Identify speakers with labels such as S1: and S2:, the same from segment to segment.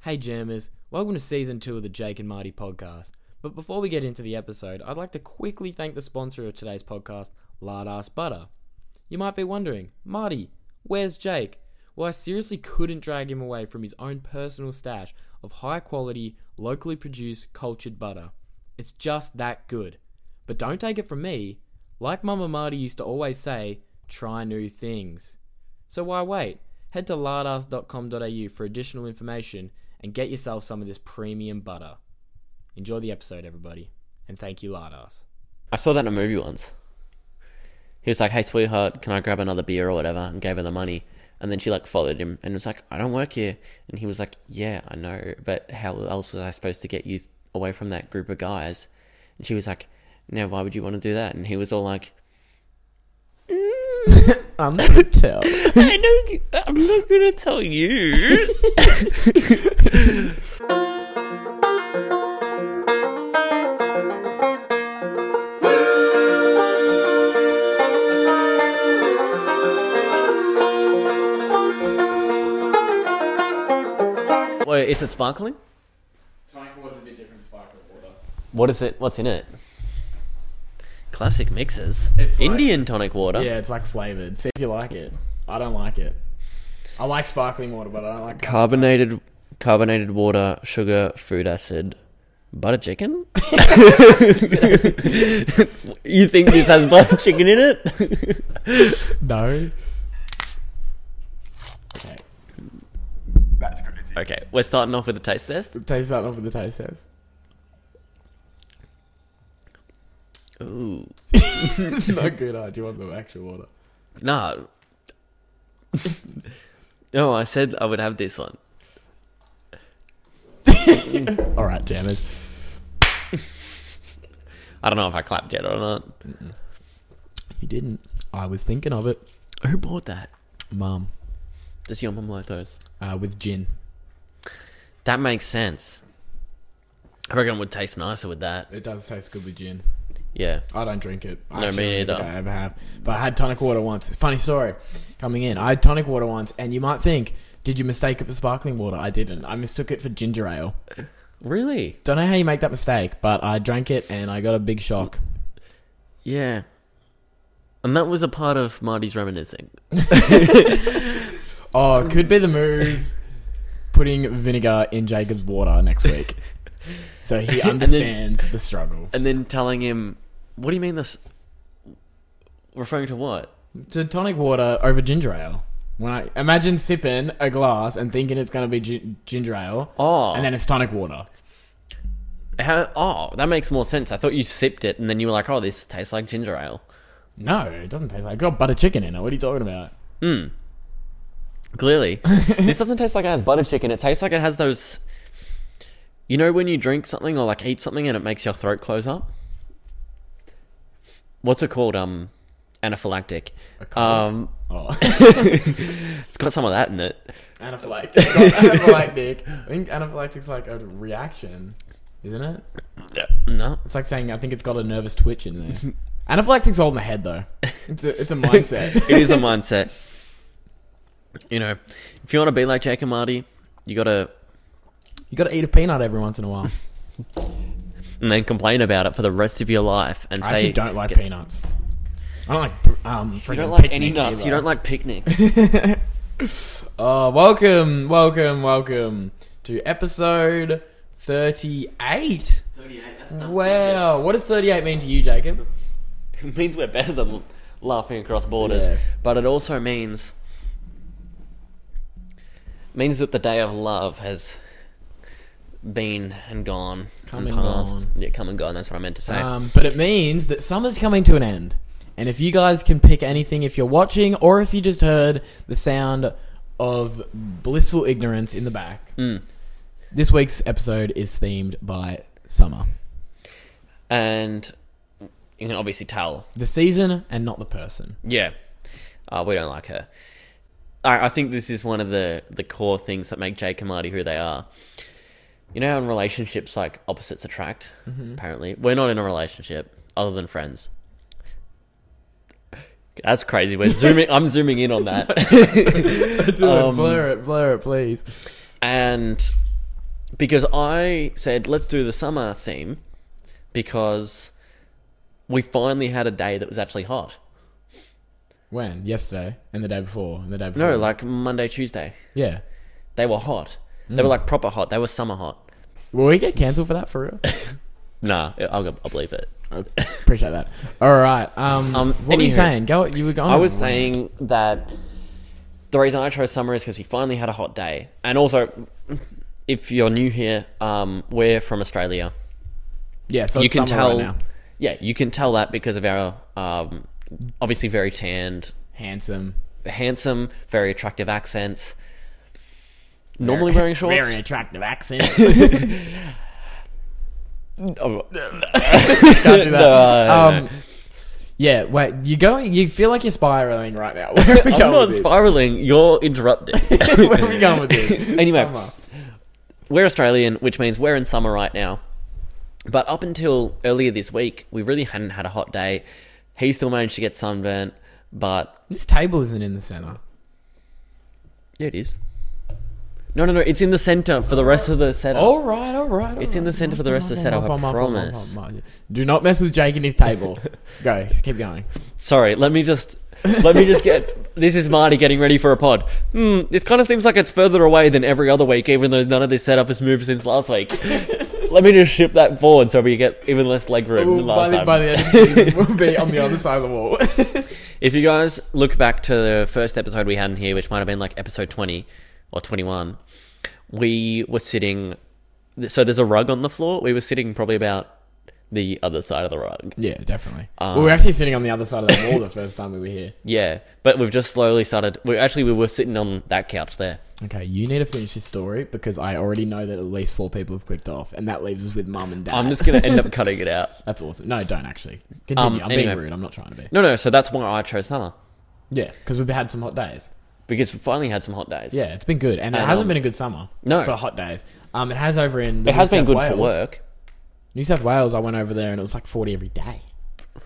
S1: Hey Jammers, welcome to season two of the Jake and Marty podcast. But before we get into the episode, I'd like to quickly thank the sponsor of today's podcast, Lard Ass Butter. You might be wondering, Marty, where's Jake? Well, I seriously couldn't drag him away from his own personal stash of high quality, locally produced, cultured butter. It's just that good. But don't take it from me. Like Mama Marty used to always say, try new things. So why wait? Head to lardass.com.au for additional information and get yourself some of this premium butter. Enjoy the episode, everybody, and thank you, Lardass.
S2: I saw that in a movie once. He was like, "Hey, sweetheart, can I grab another beer or whatever?" and gave her the money. And then she like followed him and was like, "I don't work here." And he was like, "Yeah, I know, but how else was I supposed to get you away from that group of guys?" And she was like, "Now, why would you want to do that?" And he was all like,
S1: I'm not gonna tell.
S2: "I don't, I'm not gonna tell you." Wait, is it sparkling?
S1: Tonic water's a bit different sparkling water.
S2: What is it? What's in it? Classic mixes.
S1: It's like-
S2: Indian tonic water.
S1: Yeah, it's like flavored. See if you like it. I don't like it. I like sparkling water, but I don't like.
S2: Carbonated, carbonated water, sugar, food acid, butter chicken. you think this has butter chicken in it?
S1: No. Okay. That's crazy.
S2: okay, we're starting off with a taste test.
S1: Taste that off with the taste test.
S2: Ooh,
S1: it's not good. Huh? Do you want the actual water?
S2: nah. no, I said I would have this one.
S1: All right, Jammers.
S2: I don't know if I clapped yet or not.
S1: You didn't. I was thinking of it,
S2: Who bought that?
S1: Mum,
S2: Does your mum like those?
S1: uh, with gin.
S2: That makes sense. I reckon it would taste nicer with that.
S1: It does taste good with gin.
S2: Yeah.
S1: I don't drink it. I
S2: No,
S1: actually
S2: me
S1: don't think
S2: neither.
S1: I ever have. But I had tonic water once. It's a funny story coming in. I had tonic water once, and you might think, did you mistake it for sparkling water? I didn't. I mistook it for ginger ale.
S2: Really?
S1: Don't know how you make that mistake, but I drank it and I got a big shock.
S2: Yeah. And that was a part of Marty's reminiscing.
S1: Oh, it could be the move. Putting vinegar in Jacob's water next week. so he
S2: then-
S1: understands the struggle.
S2: And then telling him, what do you mean this? Referring to what?
S1: to tonic water over ginger ale. When I imagine sipping a glass and thinking it's going to be gi- ginger ale,
S2: Oh.
S1: and then it's tonic water.
S2: How, oh, that makes more sense. I thought you sipped it and then you were like, oh, this tastes like ginger ale.
S1: No, it doesn't taste like. It's got butter chicken in it. What are you talking about?
S2: Hmm. Clearly. this doesn't taste like it has butter chicken. It tastes like it has those. You know when you drink something or like eat something and it makes your throat close up? What's it called? Um, anaphylactic.
S1: A cold?
S2: Um,
S1: Oh,
S2: it's got some of that in it.
S1: anaphylactic. anaphylactic. I think anaphylactic's like a reaction, isn't it?
S2: No,
S1: It's like saying I think it's got a nervous twitch in there. Anaphylactic's all in the head though. It's a, it's a mindset.
S2: it is a mindset. You know, if you want to be like Jake and Marty, you gotta
S1: you got to eat a peanut every once in a while.
S2: and then complain about it for the rest of your life and
S1: I
S2: say
S1: actually don't like
S2: Get-
S1: peanuts. I don't like um.
S2: you
S1: freaking
S2: don't like any
S1: picnic
S2: nuts.
S1: either.
S2: You don't like picnics.
S1: Oh, welcome, welcome, welcome to episode 38.
S2: Thirty-eight. That's
S1: Wow, what does 38 mean to you, Jacob?
S2: It means we're better than l- laughing across borders,
S1: Yeah.
S2: but it also means means that the day of love has been and gone
S1: Come
S2: and
S1: and
S2: passed.
S1: gone.
S2: Yeah, come and gone. That's what I meant to say.
S1: Um, but it means that summer's coming to an end. And if you guys can pick anything, if you're watching or if you just heard the sound of blissful ignorance in the back,
S2: Mm.
S1: this week's episode is themed by summer.
S2: and you can obviously tell
S1: The season and not the person.
S2: Yeah, uh, we don't like her. I, I think this is one of the the core things that make Jake and Marty who they are. You know, how in relationships, like opposites attract. Apparently, we're not in a relationship other than friends. That's crazy. We're zooming. I'm zooming in on that,
S1: Do
S2: Um,
S1: it, blur it, blur it, please.
S2: and because I said let's do the summer theme because we finally had a day that was actually hot.
S1: When? Yesterday and the day before and the day before.
S2: No, like Monday, Tuesday,
S1: yeah.
S2: they were hot. They were like proper hot. They were summer hot.
S1: Will we get cancelled for that for real?
S2: Nah, I'll, I'll believe it.
S1: I appreciate that. All right. Um,
S2: Um,
S1: what were you
S2: anywho,
S1: saying? Go. You were going.
S2: I
S1: on
S2: was
S1: one.
S2: saying that the reason I chose summer is because we finally had a hot day, and also, if you're new here, um, we're from Australia.
S1: Yeah. So
S2: you
S1: it's
S2: can
S1: summer right
S2: tell,
S1: now.
S2: yeah, you can tell that because of our um, obviously very tanned,
S1: Handsome.
S2: handsome, very attractive accents. Normally wearing shorts.
S1: Very attractive accents.
S2: Oh,
S1: Can't do that.
S2: No, no,
S1: um, Yeah. Wait. You going? You feel like you're spiraling right now. Where are we
S2: I'm
S1: going
S2: not
S1: with
S2: spiraling. You're interrupting.
S1: this? Where are we going with this?
S2: Anyway.
S1: Summer.
S2: we're Australian, which means we're in summer right now. But up until earlier this week, we really hadn't had a hot day. He still managed to get sunburnt, but
S1: this table isn't in the center.
S2: yeah, it is. No, no, no. It's in the center for the rest of the setup.
S1: All right. All right. all
S2: Oh. It's in
S1: right.
S2: the center for the rest of
S1: My
S2: the setup.
S1: fault, my
S2: I
S1: fault, my fault,
S2: promise.
S1: my fault. Do not mess with Jake and his table. Go. Keep going.
S2: Sorry. Let me just. Let me just get. This is Marty getting ready for a pod. Hmm. This kind of seems like it's further away than every other week, even though none of this setup has moved since last week. let me just ship that forward so we get even less leg room
S1: Well,
S2: than last
S1: by, the,
S2: time.
S1: by the end of the season, we'll be on the other side of the wall.
S2: If you guys look back to the first episode we had in here, which might have been like episode 20 or 21, we were sitting. So there's a rug on the floor. We were sitting probably about the other side of the rug.
S1: yeah, definitely. we were actually sitting on the other side of the wall the first time we were here.
S2: Yeah. But we've just slowly started. We actually, we were sitting on that couch there.
S1: Okay, you need to finish this story because I already know that at least four people have clicked off, and that leaves us with mum and dad.
S2: I'm just going to end up cutting it out.
S1: That's awesome. No, don't actually. Continue.
S2: Um,
S1: I'm being
S2: anyway.
S1: rude. I'm not trying to be.
S2: No, no. So that's why I chose summer.
S1: Yeah, because we've had some hot days.
S2: Because we finally had some hot days.
S1: Yeah, it's been good, and it
S2: Um,
S1: hasn't been a good summer.
S2: no.
S1: for hot days. Um, it has over in. The
S2: It has
S1: New
S2: been
S1: South
S2: good for
S1: Wales.
S2: work.
S1: New South Wales. I went over there, and it was like 40 every day.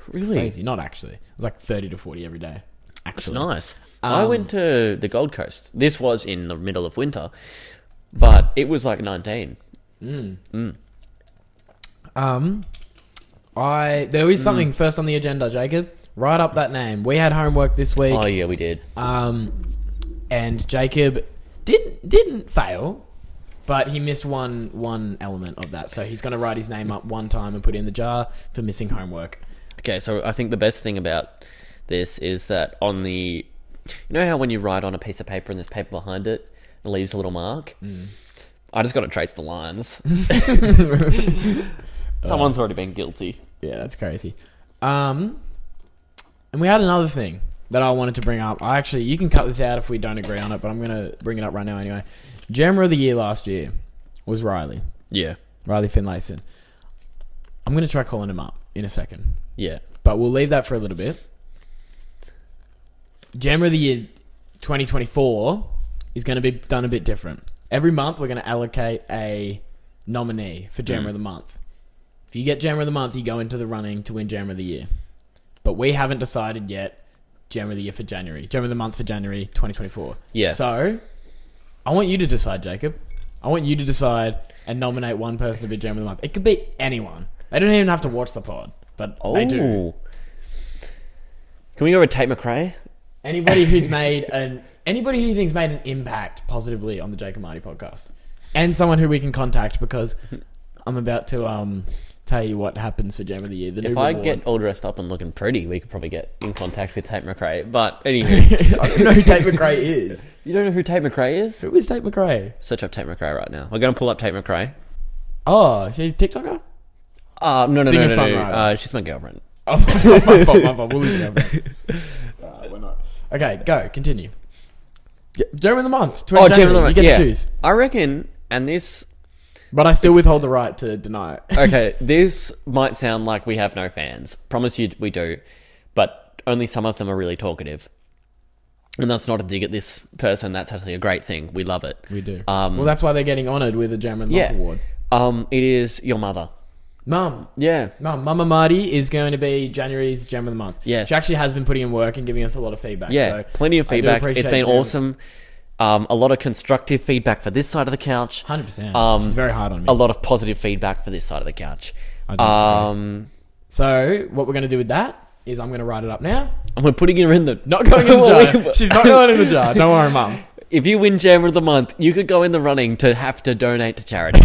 S2: Really?
S1: Crazy. Not actually. It was like 30 to 40 every day.
S2: It's
S1: Actually,
S2: nice. I
S1: Um,
S2: went to the Gold Coast. This was in the middle of winter, but it was like 19.
S1: Um, I there is something
S2: Mm.
S1: first on the agenda, Jacob. Write up that name. We had homework this week.
S2: Oh yeah, we did.
S1: Um, and Jacob didn't didn't fail, but he missed one one element of that. So he's going to write his name up one time and put it in the jar for missing homework.
S2: Okay, so I think the best thing about this is that on the, you know how when you write on a piece of paper and there's paper behind it, it leaves a little mark. I just got to trace the lines. Someone's already been guilty.
S1: Yeah, that's crazy. Um, and we had another thing that I wanted to bring up. I actually, you can cut this out if we don't agree on it, but I'm going to bring it up right now anyway. Jammer of the year last year was Riley.
S2: Yeah,
S1: Riley Finlayson. I'm going to try calling him up in a second,
S2: yeah.
S1: but we'll leave that for a little bit. Jammer of the Year 2024 is going to be done a bit different. Every month, we're going to allocate a nominee for Jammer of the Month. If you get Jammer of the Month, you go into the running to win Jammer of the Year. But we haven't decided yet Jammer of the Year for January, Jammer of the Month for January 2024.
S2: Yeah.
S1: So I want you to decide, Jacob. I want you to decide and nominate one person to be Jammer of the Month. It could be anyone. They don't even have to watch the pod, but
S2: Oh.
S1: they do.
S2: Ooh. Can we go with Tate McRae?
S1: Anybody who's made an anybody who you think's made an impact positively on the Jake and Marty podcast, and someone who we can contact because I'm about to um tell you what happens for Jam of the Year. The
S2: If
S1: new
S2: I
S1: reward.
S2: get all dressed up and looking pretty, we could probably get in contact with Tate McRae. But anywho,
S1: I don't know who Tate McRae is.
S2: you don't know who Tate McRae is?
S1: Who is Tate McRae?
S2: Search up Tate McRae right now. We're going to pull up Tate McRae.
S1: Oh, she's a TikToker.
S2: Uh, no, no, no, no, no.
S1: Singer-songwriter.
S2: Uh, she's my girlfriend.
S1: Oh, my fault, my fault. We'll lose it uh, we're not. Okay, go continue. J- Jam of the month. 20
S2: Oh,
S1: January.
S2: Jamie Lemon.
S1: You get
S2: yeah.
S1: to choose,
S2: I reckon, and this,
S1: but I still withhold the right to deny it.
S2: okay, this might sound like we have no fans. Promise you we do, but only some of them are really talkative. And that's not a dig at this person. That's actually a great thing. We love it.
S1: We do.
S2: Um,
S1: well, that's why they're getting honoured with a Jam of the
S2: yeah.
S1: month award.
S2: Um, it is your mother.
S1: Mum,
S2: Yeah.
S1: Mum, Mama Marty is going to be January's gem of the month.
S2: Yes.
S1: She actually has been putting in work and giving us a lot of feedback.
S2: Yeah.
S1: so
S2: plenty of
S1: I do
S2: feedback. It's
S1: appreciate
S2: been
S1: you.
S2: awesome. Um, a lot of constructive feedback for this side of the couch.
S1: Hundred percent.
S2: Um,
S1: It's very hard on me.
S2: A lot of positive feedback for this side of the couch.
S1: I don't
S2: Um,
S1: So what we're gonna do with that is I'm gonna write it up now.
S2: and we're putting her in the
S1: Not going in the jar. She's not going in the jar. Don't worry, mum.
S2: If you win Jammer of the Month, you could go in the running to have to donate to charity.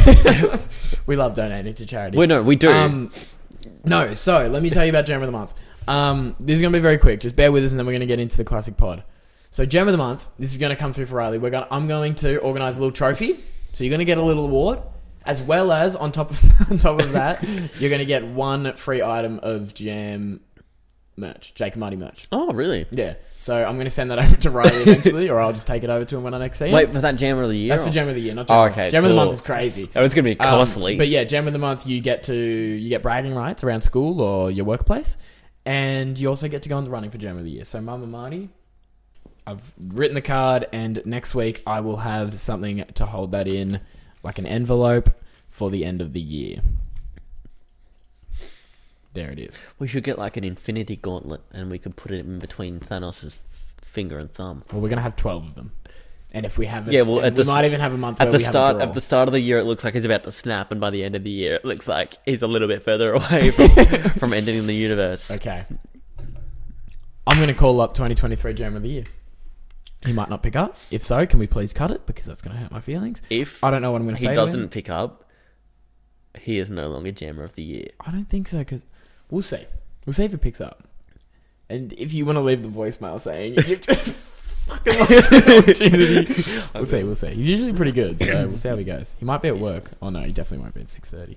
S1: We love donating to charity.
S2: we no, we do.
S1: Um, no, so let me tell you about Gem of the Month. Um, this is going to be very quick. Just bear with us, and then we're going to get into the classic pod. So Gem of the Month, this is going to come through for Riley. We're going. I'm going to organize a little trophy. So you're going to get a little award, as well as on top of on top of that, you're going to get one free item of Jam merch, Jake and Marty merch.
S2: oh, really?
S1: Yeah. So I'm going to send that over to Riley eventually, or I'll just take it over to him when I next see him.
S2: Wait for that Jammer of the Year.
S1: That's for
S2: or-
S1: Gem of the Year, not Gem.
S2: Oh,
S1: of the
S2: okay,
S1: Month. Gem of the
S2: cool.
S1: Month is crazy.
S2: Oh, it's going to be
S1: Um,
S2: costly.
S1: but yeah, gem of the month, you get to you get bragging rights around school or your workplace, and you also get to go on the running for gem of the year. So, Mama Marty, I've written the card, and next week I will have something to hold that in, like an envelope for the end of the year. There it is.
S2: we should get like an infinity gauntlet and we could put it in between Thanos' finger and thumb.
S1: Well, we're gonna have twelve of them, and if we have,
S2: Yeah, well,
S1: and
S2: at
S1: we
S2: the-
S1: might even have a month
S2: At
S1: where
S2: the
S1: we have a
S2: start
S1: draw.
S2: at the start of the year, it looks like he's about to snap, and by the end of the year, it looks like he's a little bit further away from, from ending the universe.
S1: Okay. I'm going to call up 2023 Jam of the Year. He might not pick up. If so, can we please cut it? Because that's going to hurt my feelings.
S2: If
S1: I don't know what I'm going to
S2: he
S1: say. to him.
S2: doesn't pick up, he is no longer Jammer of the Year.
S1: I don't think so because we'll see. We'll see if he picks up. And if you want to leave the voicemail saying you've just fucking lost an opportunity, we'll see. We'll see. He's usually pretty good, so we'll see how he goes. He might be at work. Oh no, he definitely won't be at 6:30.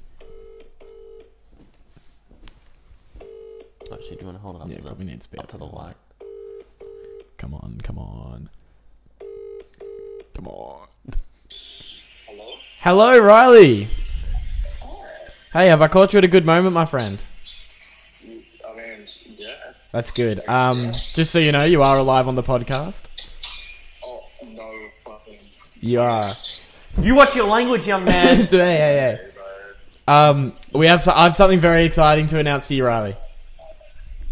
S2: Actually, do you want to hold it up
S1: Yeah,
S2: to the
S1: probably needs to be
S2: up to the light?
S1: Come on, come on, come on.
S3: Hello?
S1: Hello, Riley. Hey, have I caught you at a good moment, my friend?
S3: I mean, yeah.
S1: That's good. Um, just so you know, you are alive on the podcast.
S3: Oh, no fucking
S1: You are.
S2: You watch your language, young man.
S1: hey, hey,
S3: way, bro.
S1: hey. Um, we have. So- I have something very exciting to announce to you, Riley.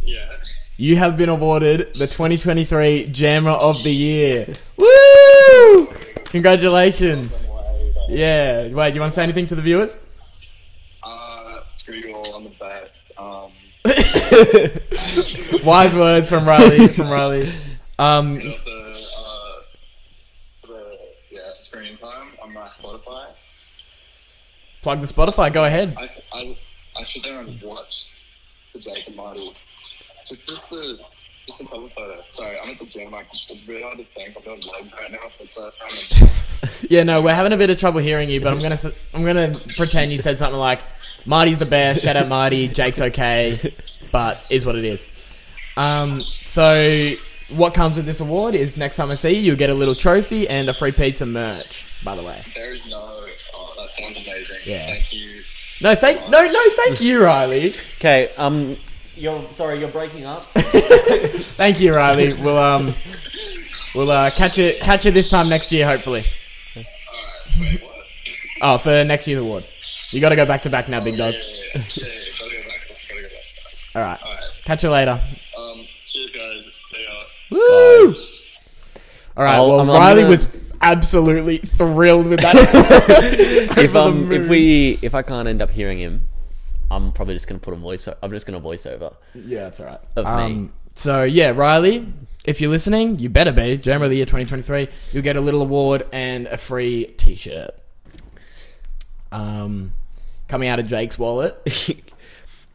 S3: Yeah.
S1: You have been awarded the 2023 Jammer of the Year. Woo! Congratulations.
S3: Way, bro.
S1: Yeah. Wait. Do you want to say anything to the viewers?
S3: Uh, screw you all, I'm the best. Um,
S1: Wise words from Riley. From Riley. Um,
S3: got the, uh, the, yeah, screen time on my Spotify.
S1: plug the Spotify. Go ahead.
S3: I, I, I sit there and watch the Jake and Marty. Just, just the, just the cover photo. Sorry, I'm at the gym, like, it's really hard to think. I'm doing legs right now for the first time.
S1: Yeah, no, we're having a bit of trouble hearing you, but I'm gonna s- I'm gonna pretend you said something like, "Marty's the best." Shout out Marty. Jake's okay, but is what it is. Um, so what comes with this award is next time I see you, you'll get a little trophy and a free piece of merch. By the way,
S3: There is no, oh, that sounds amazing.
S1: Yeah.
S3: Thank you.
S1: no, thank no, no, thank you, Riley.
S2: Okay, um, you're sorry, you're breaking up.
S1: Thank you, Riley. We'll um, we'll uh, catch you catch you this time next year, hopefully.
S3: Alright, wait, what?
S1: Oh, for next year's award, you got to go back to back now, big dog.
S3: Yeah, yeah, yeah. Yeah, yeah, gotta go back, gotta go back.
S1: All right,
S3: Alright,
S1: catch you later.
S3: um, cheers guys, see ya.
S1: Woo! All right.
S2: I'll-
S1: well,
S2: I'm- I'm
S1: Riley
S2: gonna-
S1: was absolutely thrilled with that.
S2: if
S1: Over the
S2: um, if
S1: moon.
S2: we if I can't end up hearing him, I'm probably just gonna put a voice. I'm just gonna voice over.
S1: yeah, that's all right.
S2: Of me.
S1: Um, so yeah, Riley, if you're listening, you better be Jammer of the Year 2023. You'll get a little award and a free T-shirt. Um, coming out of Jake's wallet.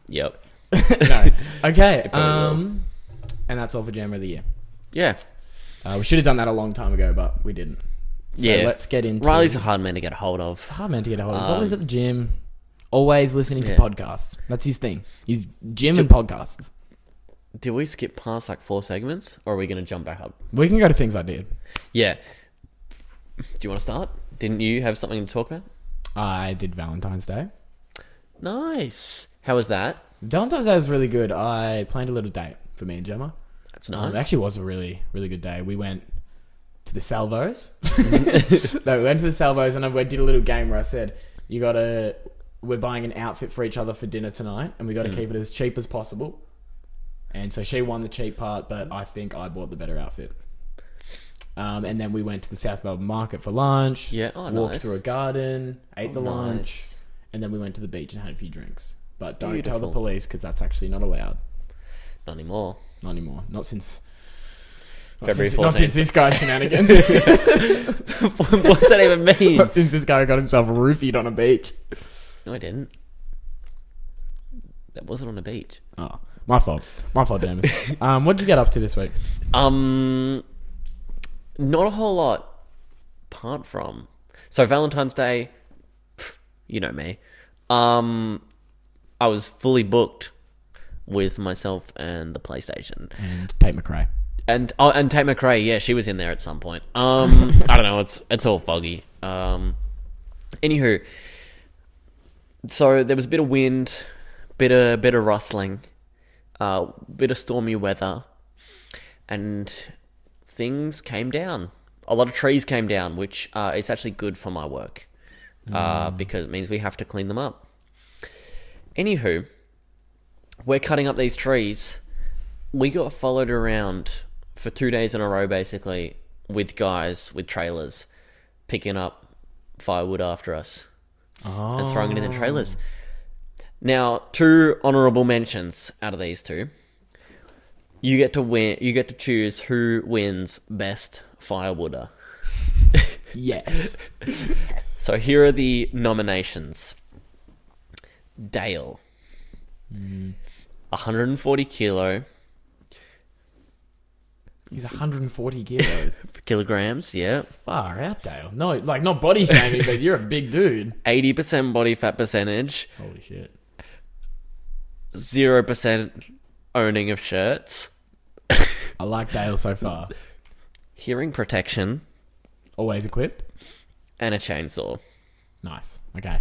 S2: yep.
S1: no. Okay.
S2: probably will.
S1: Um, and that's all for Jammer of the Year.
S2: Yeah.
S1: Uh, we should have done that a long time ago, but we didn't. So
S2: yeah.
S1: Let's get into
S2: Riley's a hard man to get a hold of.
S1: hard man to get a hold of.
S2: Um,
S1: always at the gym, always listening
S2: Yeah.
S1: to podcasts. That's his thing. He's gym and podcasts.
S2: Did we skip past like four segments, or are we gonna jump back up?
S1: We can go to things I did.
S2: Yeah. Do you want to start? Didn't you have something to talk about?
S1: I did Valentine's Day.
S2: Nice. How was that?
S1: Valentine's Day was really good. I planned a little date for me and Gemma.
S2: That's
S1: Um,
S2: nice.
S1: it actually was a really, really good day. We went to the Salvos. no, we went to the Salvos and I we did a little game where I said, you got to, we're buying an outfit for each other for dinner tonight and we got
S2: Hmm.
S1: to keep it as cheap as possible. And so she won the cheap part, but I think I bought the better outfit. Um, and then we went to the South Melbourne Market for lunch.
S2: Yeah. Oh,
S1: walked
S2: nice.
S1: through a garden, ate the
S2: Oh,
S1: lunch,
S2: nice.
S1: and then we went to the beach and had a few drinks. But don't tell the
S2: Beautiful.
S1: police because that's actually not allowed.
S2: Not anymore.
S1: Not anymore. Not since. Not
S2: February
S1: since, not
S2: 14th.
S1: since this guy shenanigans.
S2: What's that even mean?
S1: not since this guy got himself roofied on a beach.
S2: no, I didn't. That wasn't on a beach.
S1: Oh, my fault. My fault, James. um, what did you get up to this week?
S2: Um, not a whole lot. Apart from so Valentine's Day, pff, you know me. Um, I was fully booked with myself and the PlayStation.
S1: And Tate McRae.
S2: And oh, and Tate McRae, yeah, she was in there at some point. Um, I don't know. It's it's all foggy. Um, anywho, so there was a bit of wind, bit of bit of rustling, uh, bit of stormy weather, and things came down. A lot of trees came down, which uh, is actually good for my work uh, because it means we have to clean them up. Anywho, we're cutting up these trees. We got followed around for two days in a row, basically, with guys with trailers picking up firewood after us
S1: Oh.
S2: and throwing it in the trailers. Now, two honorable mentions out of these two. You get to win. You get to choose who wins best firewooder.
S1: Yes.
S2: So here are the nominations. Dale, 140 kilo
S1: He's 140 kilos.
S2: kilograms. Yeah,
S1: Far out, Dale. No, like, not body shaming, but you're a big dude.
S2: 80% body fat percentage,
S1: Holy shit.
S2: zero percent owning of shirts,
S1: I like Dale so far.
S2: hearing protection,
S1: Always equipped.
S2: and a chainsaw.
S1: Nice. Okay.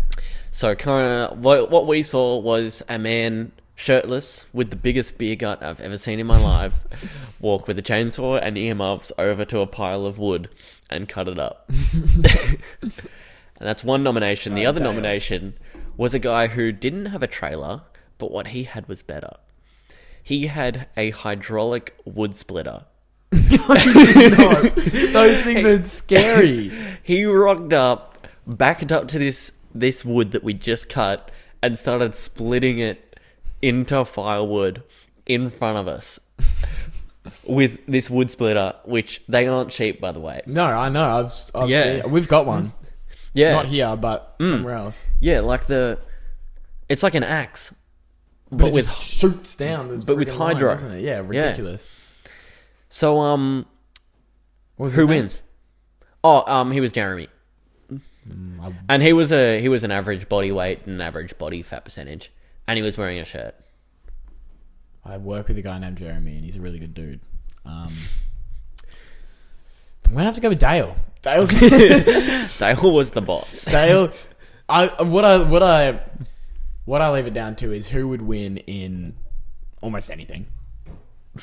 S2: So kind of what, what we saw was a man shirtless with the biggest beer gut I've ever seen in my life walk with a chainsaw and earmuffs over to a pile of wood and cut it up. and that's one nomination. The other
S1: Dale.
S2: nomination was a guy who didn't have a trailer, but what he had was better. He had a hydraulic wood splitter.
S1: Those things are scary.
S2: He rocked up, backed up to this this wood that we just cut, and started splitting it into firewood in front of us with this wood splitter, which they aren't cheap, by the way.
S1: No, I know. I've, I've
S2: Yeah.
S1: seen- we've got one.
S2: Yeah,
S1: Not here, but somewhere else.
S2: yeah, like the it's like an axe, but,
S1: But, it
S2: with
S1: just shoots down. The
S2: but with
S1: friggin' line,
S2: hydro.
S1: doesn't it? Yeah, ridiculous.
S2: so um,
S1: What was his
S2: who
S1: name?
S2: wins? Oh, um, he was Jeremy,
S1: Mm, I-
S2: and he was a he was an average body weight and average body fat percentage, and he was wearing a shirt.
S1: I work with a guy named Jeremy, and he's a really good dude. Um, I'm gonna have to go with Dale. Dale's
S2: Dale was the boss.
S1: Dale. I what I what I what I leave it down to is who would win in almost anything.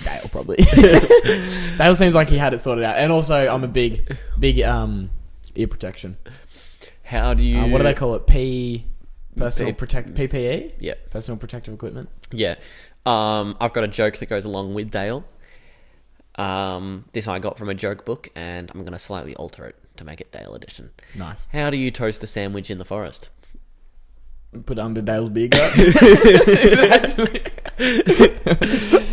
S1: Dale probably. Dale seems like he had it sorted out, and also I'm a big big um ear protection.
S2: How do you?
S1: Uh, what do they call it? P personal
S2: P-
S1: protect PPE.
S2: Yeah,
S1: Personal protective equipment.
S2: yeah. Um, I've got a joke that goes along with Dale. Um, this I got from a joke book, and I'm going to slightly alter it to make it Dale edition.
S1: Nice.
S2: How do you toast a sandwich in the forest?
S1: Put under Dale's beer gut.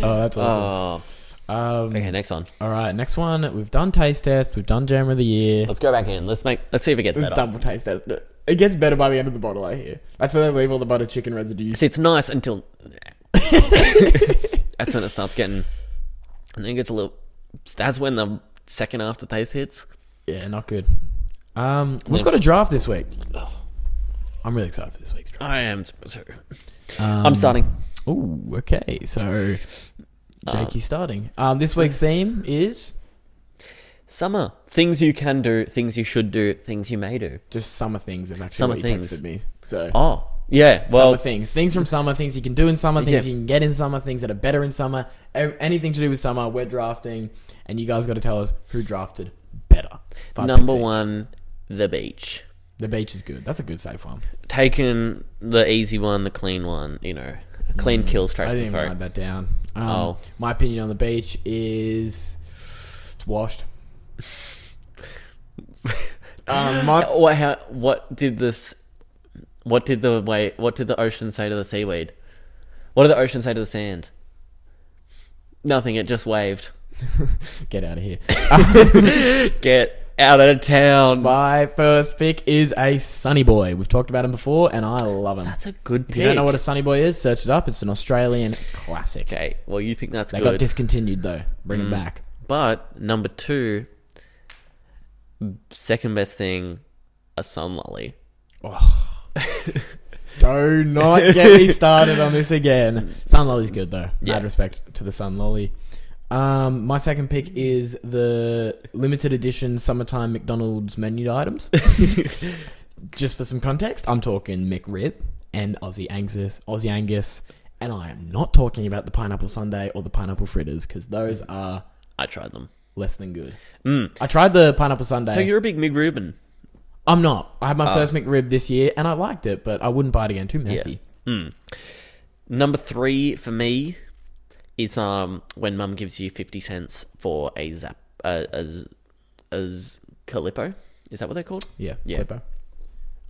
S1: oh, that's awesome.
S2: Oh,
S1: Um,
S2: okay. Next one.
S1: All right, next one. We've done taste test. We've done jam of the year.
S2: Let's go back in. Let's make. Let's see if it gets
S1: Let's
S2: better.
S1: double taste test. it. It gets better by the end of the bottle, I hear. That's where they leave all the butter chicken residue.
S2: See, it's nice until that's when it starts getting, and then it gets a little. That's when the second aftertaste hits.
S1: Yeah, not good. Um, we've got a draft this week. I'm really excited for this week's draft.
S2: I am. Sorry.
S1: Um,
S2: I'm starting.
S1: Ooh, okay. So,
S2: Um,
S1: Jakey's starting. Um, this week's theme is
S2: Summer. Things you can do, things you should do, things you may do.
S1: just summer things. Is actually
S2: Summer
S1: what you
S2: things.
S1: texted me. So,
S2: Oh, yeah. Well,
S1: summer things, things from summer, things you can do in summer, things
S2: Yeah.
S1: you can get in summer, things that are better in summer. A- Anything to do with summer, we're drafting, and you guys got to tell us who drafted better. Five
S2: number
S1: picks each.
S2: one, the beach.
S1: the beach is good. That's a good safe one.
S2: Taking the easy one, the clean one, you know. Clean kill straight
S1: Mm, I
S2: to
S1: didn't
S2: the
S1: even write that
S2: throat.
S1: down. Um,
S2: Oh.
S1: my opinion on the beach is it's washed. Uh,
S2: Um, my what? How, what did this? What did the way? What did the ocean say to the seaweed? What did the ocean say to the sand? Nothing. It just waved.
S1: Get out of here.
S2: Get out of town.
S1: My first pick is a Sunny Boy. We've talked about him before, and I love him.
S2: That's a good
S1: if
S2: pick.
S1: you don't know what a Sunny Boy is, search it up. It's an Australian classic.
S2: okay. Well, you think that's
S1: They
S2: good, Mm.
S1: got discontinued though. Bring him back.
S2: but number two, second best thing, a sun lolly.
S1: Do not get me started on this again. Sun Lolly's good though.
S2: Yeah.
S1: Mad respect to the Sun Lolly. Um, my second pick is the limited edition summertime McDonald's menu items. Just for some context, I'm talking McRib and Aussie Angus, Aussie Angus, and I am not talking about the pineapple sundae or the pineapple fritters because those are
S2: I tried them.
S1: less than good.
S2: Mm.
S1: I tried the pineapple sundae.
S2: So you're Ah. a big Mig Rubin.
S1: I'm not. I had my first McRib this year and I liked it, but I wouldn't buy it again. Too messy.
S2: Number three for me is um when mum gives you fifty cents for a zap uh, as as calippo. Is that what they're called?
S1: Yeah,
S2: Yeah.
S1: Clipper.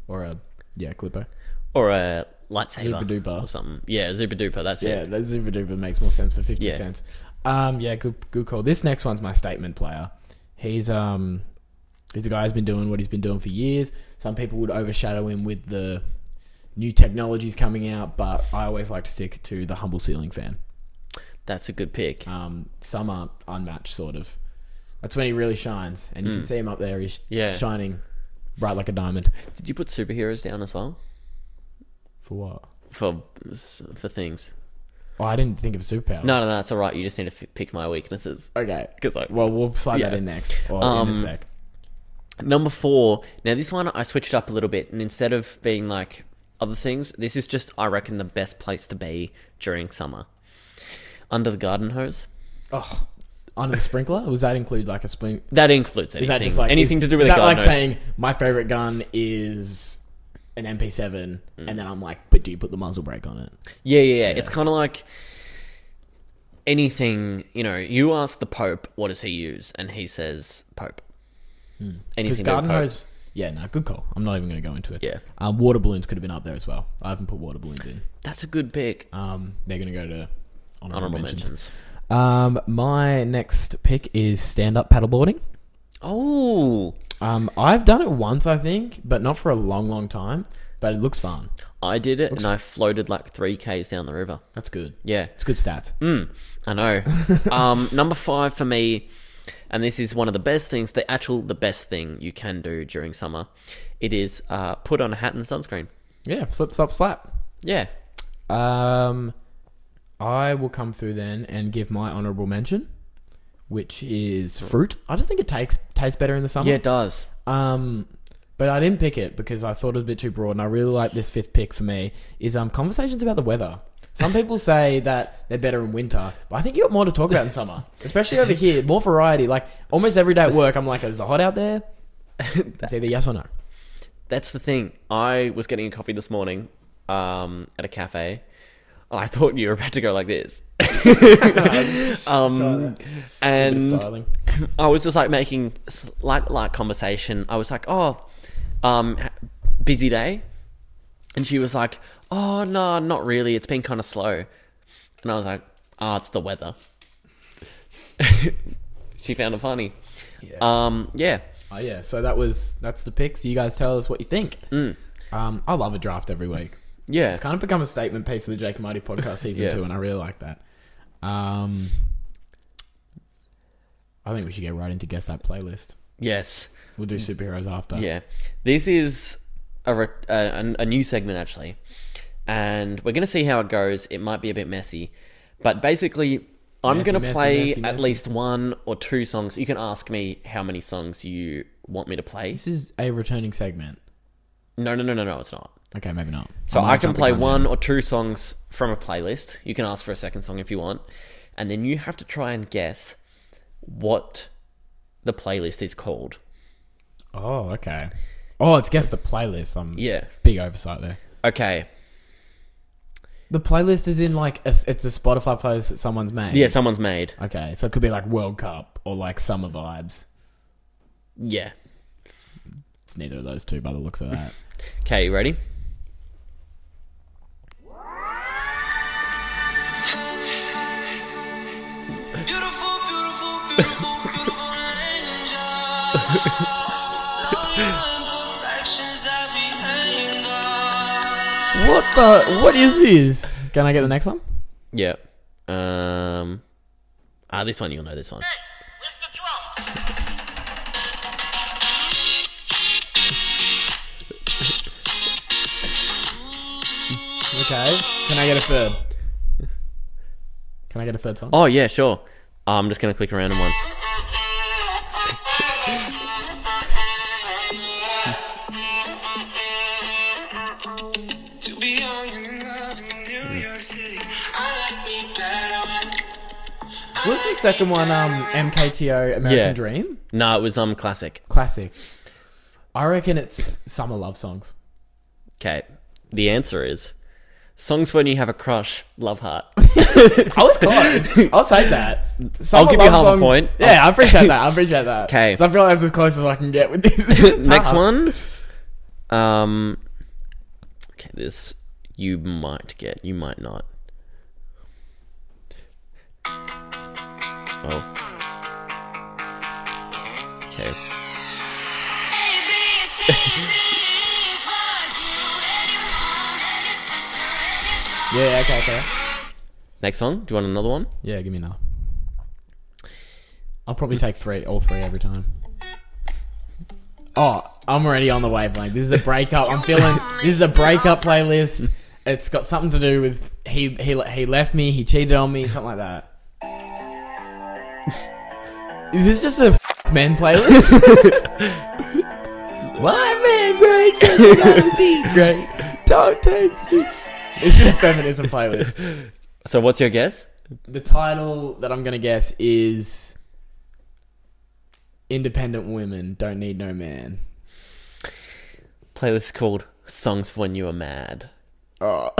S1: Or a yeah, Clipper.
S2: Or a lightsaber
S1: Zupa duper.
S2: or something? Yeah, zupa duper. That's
S1: Yeah,
S2: it.
S1: that Zuba Duba makes more sense for fifty
S2: Yeah.
S1: cents. Um, yeah, good good call. This next one's my statement player. He's um he's a guy who's been doing what he's been doing for years. Some people would overshadow him with the new technologies coming out, but I always like to stick to the humble ceiling fan.
S2: That's a good pick.
S1: Um, some aren't unmatched, sort of. That's when he really shines, and you can see him up there. He's
S2: Yeah.
S1: shining bright like a diamond.
S2: Did you put superheroes down as well
S1: For what?
S2: for for things?
S1: Oh, I didn't think of superpower.
S2: No, no, no. That's all right. You just need to f- pick my weaknesses.
S1: Okay.
S2: Because like,
S1: Well, we'll slide that
S2: Yeah.
S1: in next. Or in
S2: Um,
S1: a sec.
S2: Number four. Now, this one I switched up a little bit, and instead of being like other things, this is just, I reckon, the best place to be during summer. Under the garden hose.
S1: Oh, under the sprinkler? Was that include like a spring?
S2: That includes anything.
S1: Is that just like
S2: anything
S1: is-
S2: to do with
S1: Is that
S2: a garden
S1: like
S2: hose.
S1: saying my favorite gun is an MP7,
S2: Mm.
S1: and then I'm like, but do you put the muzzle brake on it?
S2: yeah, yeah, yeah. It's kind of like anything, you know, you ask the Pope, what does he use? And he says, Pope. Anything
S1: Because
S2: to do with
S1: Hmm. garden
S2: Pope.
S1: hose. Yeah, no, good call. I'm not even going to go into it.
S2: Yeah.
S1: Um, water balloons could have been up there as well. I haven't put water balloons in.
S2: That's a good pick.
S1: Um, they're going to go to honorable,
S2: Honorable
S1: mentions.
S2: mentions.
S1: Um, my next pick is stand-up paddleboarding.
S2: Oh,
S1: Um, I've done it once, I think, but not for a long, long time. But it looks fun.
S2: I did it, and I floated like 3Ks down the river.
S1: That's good.
S2: Yeah.
S1: It's good stats.
S2: Mm, I know. um, number five for me, and this is one of the best things, the actual the best thing you can do during summer. It is uh, put on a hat and sunscreen.
S1: Yeah, slip, slop, slap.
S2: Yeah,
S1: Um, I will come through then and give my honourable mention, which is fruit. I just think it takes tastes better in the summer.
S2: yeah, it does.
S1: Um, but I didn't pick it because I thought it was a bit too broad, and I really like this fifth pick for me is um conversations about the weather. Some people say that they're better in winter, but I think you got more to talk about in summer, especially over here. More variety. Like almost every day at work, I'm like, "Is it hot out there?" It's either yes or no.
S2: That's the thing. I was getting a coffee this morning um, at a cafe. I thought you were about to go like this, um,
S1: Bit of
S2: and
S1: styling.
S2: I was just like making slight light conversation. I was like, "Oh, um, busy day," and she was like, "Oh no, not really. It's been kind of slow." And I was like, "Ah, it's the weather." she found it funny.
S1: Yeah.
S2: Um, yeah,
S1: Oh yeah, so that was that's the picks. You guys tell us what you think.
S2: Mm.
S1: Um, I love a draft every week.
S2: yeah.
S1: It's kind of become a statement piece of the Jake and Marty podcast season
S2: Yeah.
S1: two, and I really like that. Um, I think we should get right into guess that playlist.
S2: yes.
S1: We'll do superheroes after.
S2: Mm. Yeah, this is a, re- a a- a new segment actually, and we're gonna see how it goes. It might be a bit messy, but basically, I'm
S1: Messy,
S2: gonna
S1: messy,
S2: play
S1: messy,
S2: at
S1: messy.
S2: least one or two songs. You can ask me how many songs you want me to play.
S1: this is a returning segment.
S2: No, no, no, no, no, it's not.
S1: Okay, maybe not.
S2: So
S1: might
S2: I can
S1: jump the
S2: play
S1: gun
S2: one
S1: there.
S2: or two songs from a playlist. You can ask for a second song if you want, and then you have to try and guess what the playlist is called.
S1: Oh, okay. Oh, it's guess the playlist. I'm
S2: Yeah.
S1: big oversight there.
S2: Okay.
S1: The playlist is in like a, it's a Spotify playlist that someone's made.
S2: Yeah, someone's made.
S1: Okay, so it could be like World Cup or like summer vibes.
S2: Yeah.
S1: It's neither of those two by the looks of that.
S2: Okay, you ready?
S4: Beautiful, beautiful, beautiful, beautiful angel. Love imperfections every angle.
S1: what the? What is this? Can I get the next one?
S2: Yeah. Um. Ah, this one you'll know. This one.
S4: Where's the drum?
S1: Okay. Can I get a third? Can I get a third song?
S2: Oh yeah, sure. I'm just gonna click a random one.
S4: To be young and in love in New York City, I like me better when. I
S1: Was the
S4: like
S1: second
S4: me
S1: one um
S4: better when-
S1: MKTO American
S2: Yeah.
S1: Dream?
S2: No, it was um classic.
S1: Classic. I reckon it's summer love songs.
S2: Okay. The answer is songs when you have a crush, love heart.
S1: I was close. I'll take that. Summer
S2: give you
S1: love
S2: half a point.
S1: Yeah, I appreciate that. I appreciate that.
S2: 'Kay.
S1: So I feel like that's as close as I can get with this. It's
S2: Next
S1: tough.
S2: one. Um. Okay, this you might get, you might not. Oh. Okay.
S4: Baby, it's easy for you, anyone, any sister, any child.
S1: Yeah, okay, okay.
S2: Next song. Do you want another one?
S1: Yeah, give me another. I'll probably take three, all three every time. Oh, I'm already on the wavelength. This is a breakup. I'm feeling this is a breakup playlist. It's got something to do with he he he left me, he cheated on me, something like that. Is this just a f- men playlist? Why man great? Don't be great. Don't text me. This is a feminism playlist.
S2: So, what's your guess?
S1: The title that I'm going to guess is Independent Women Don't Need No Man.
S2: Playlist is called "Songs for When You Are Mad."
S1: Oh.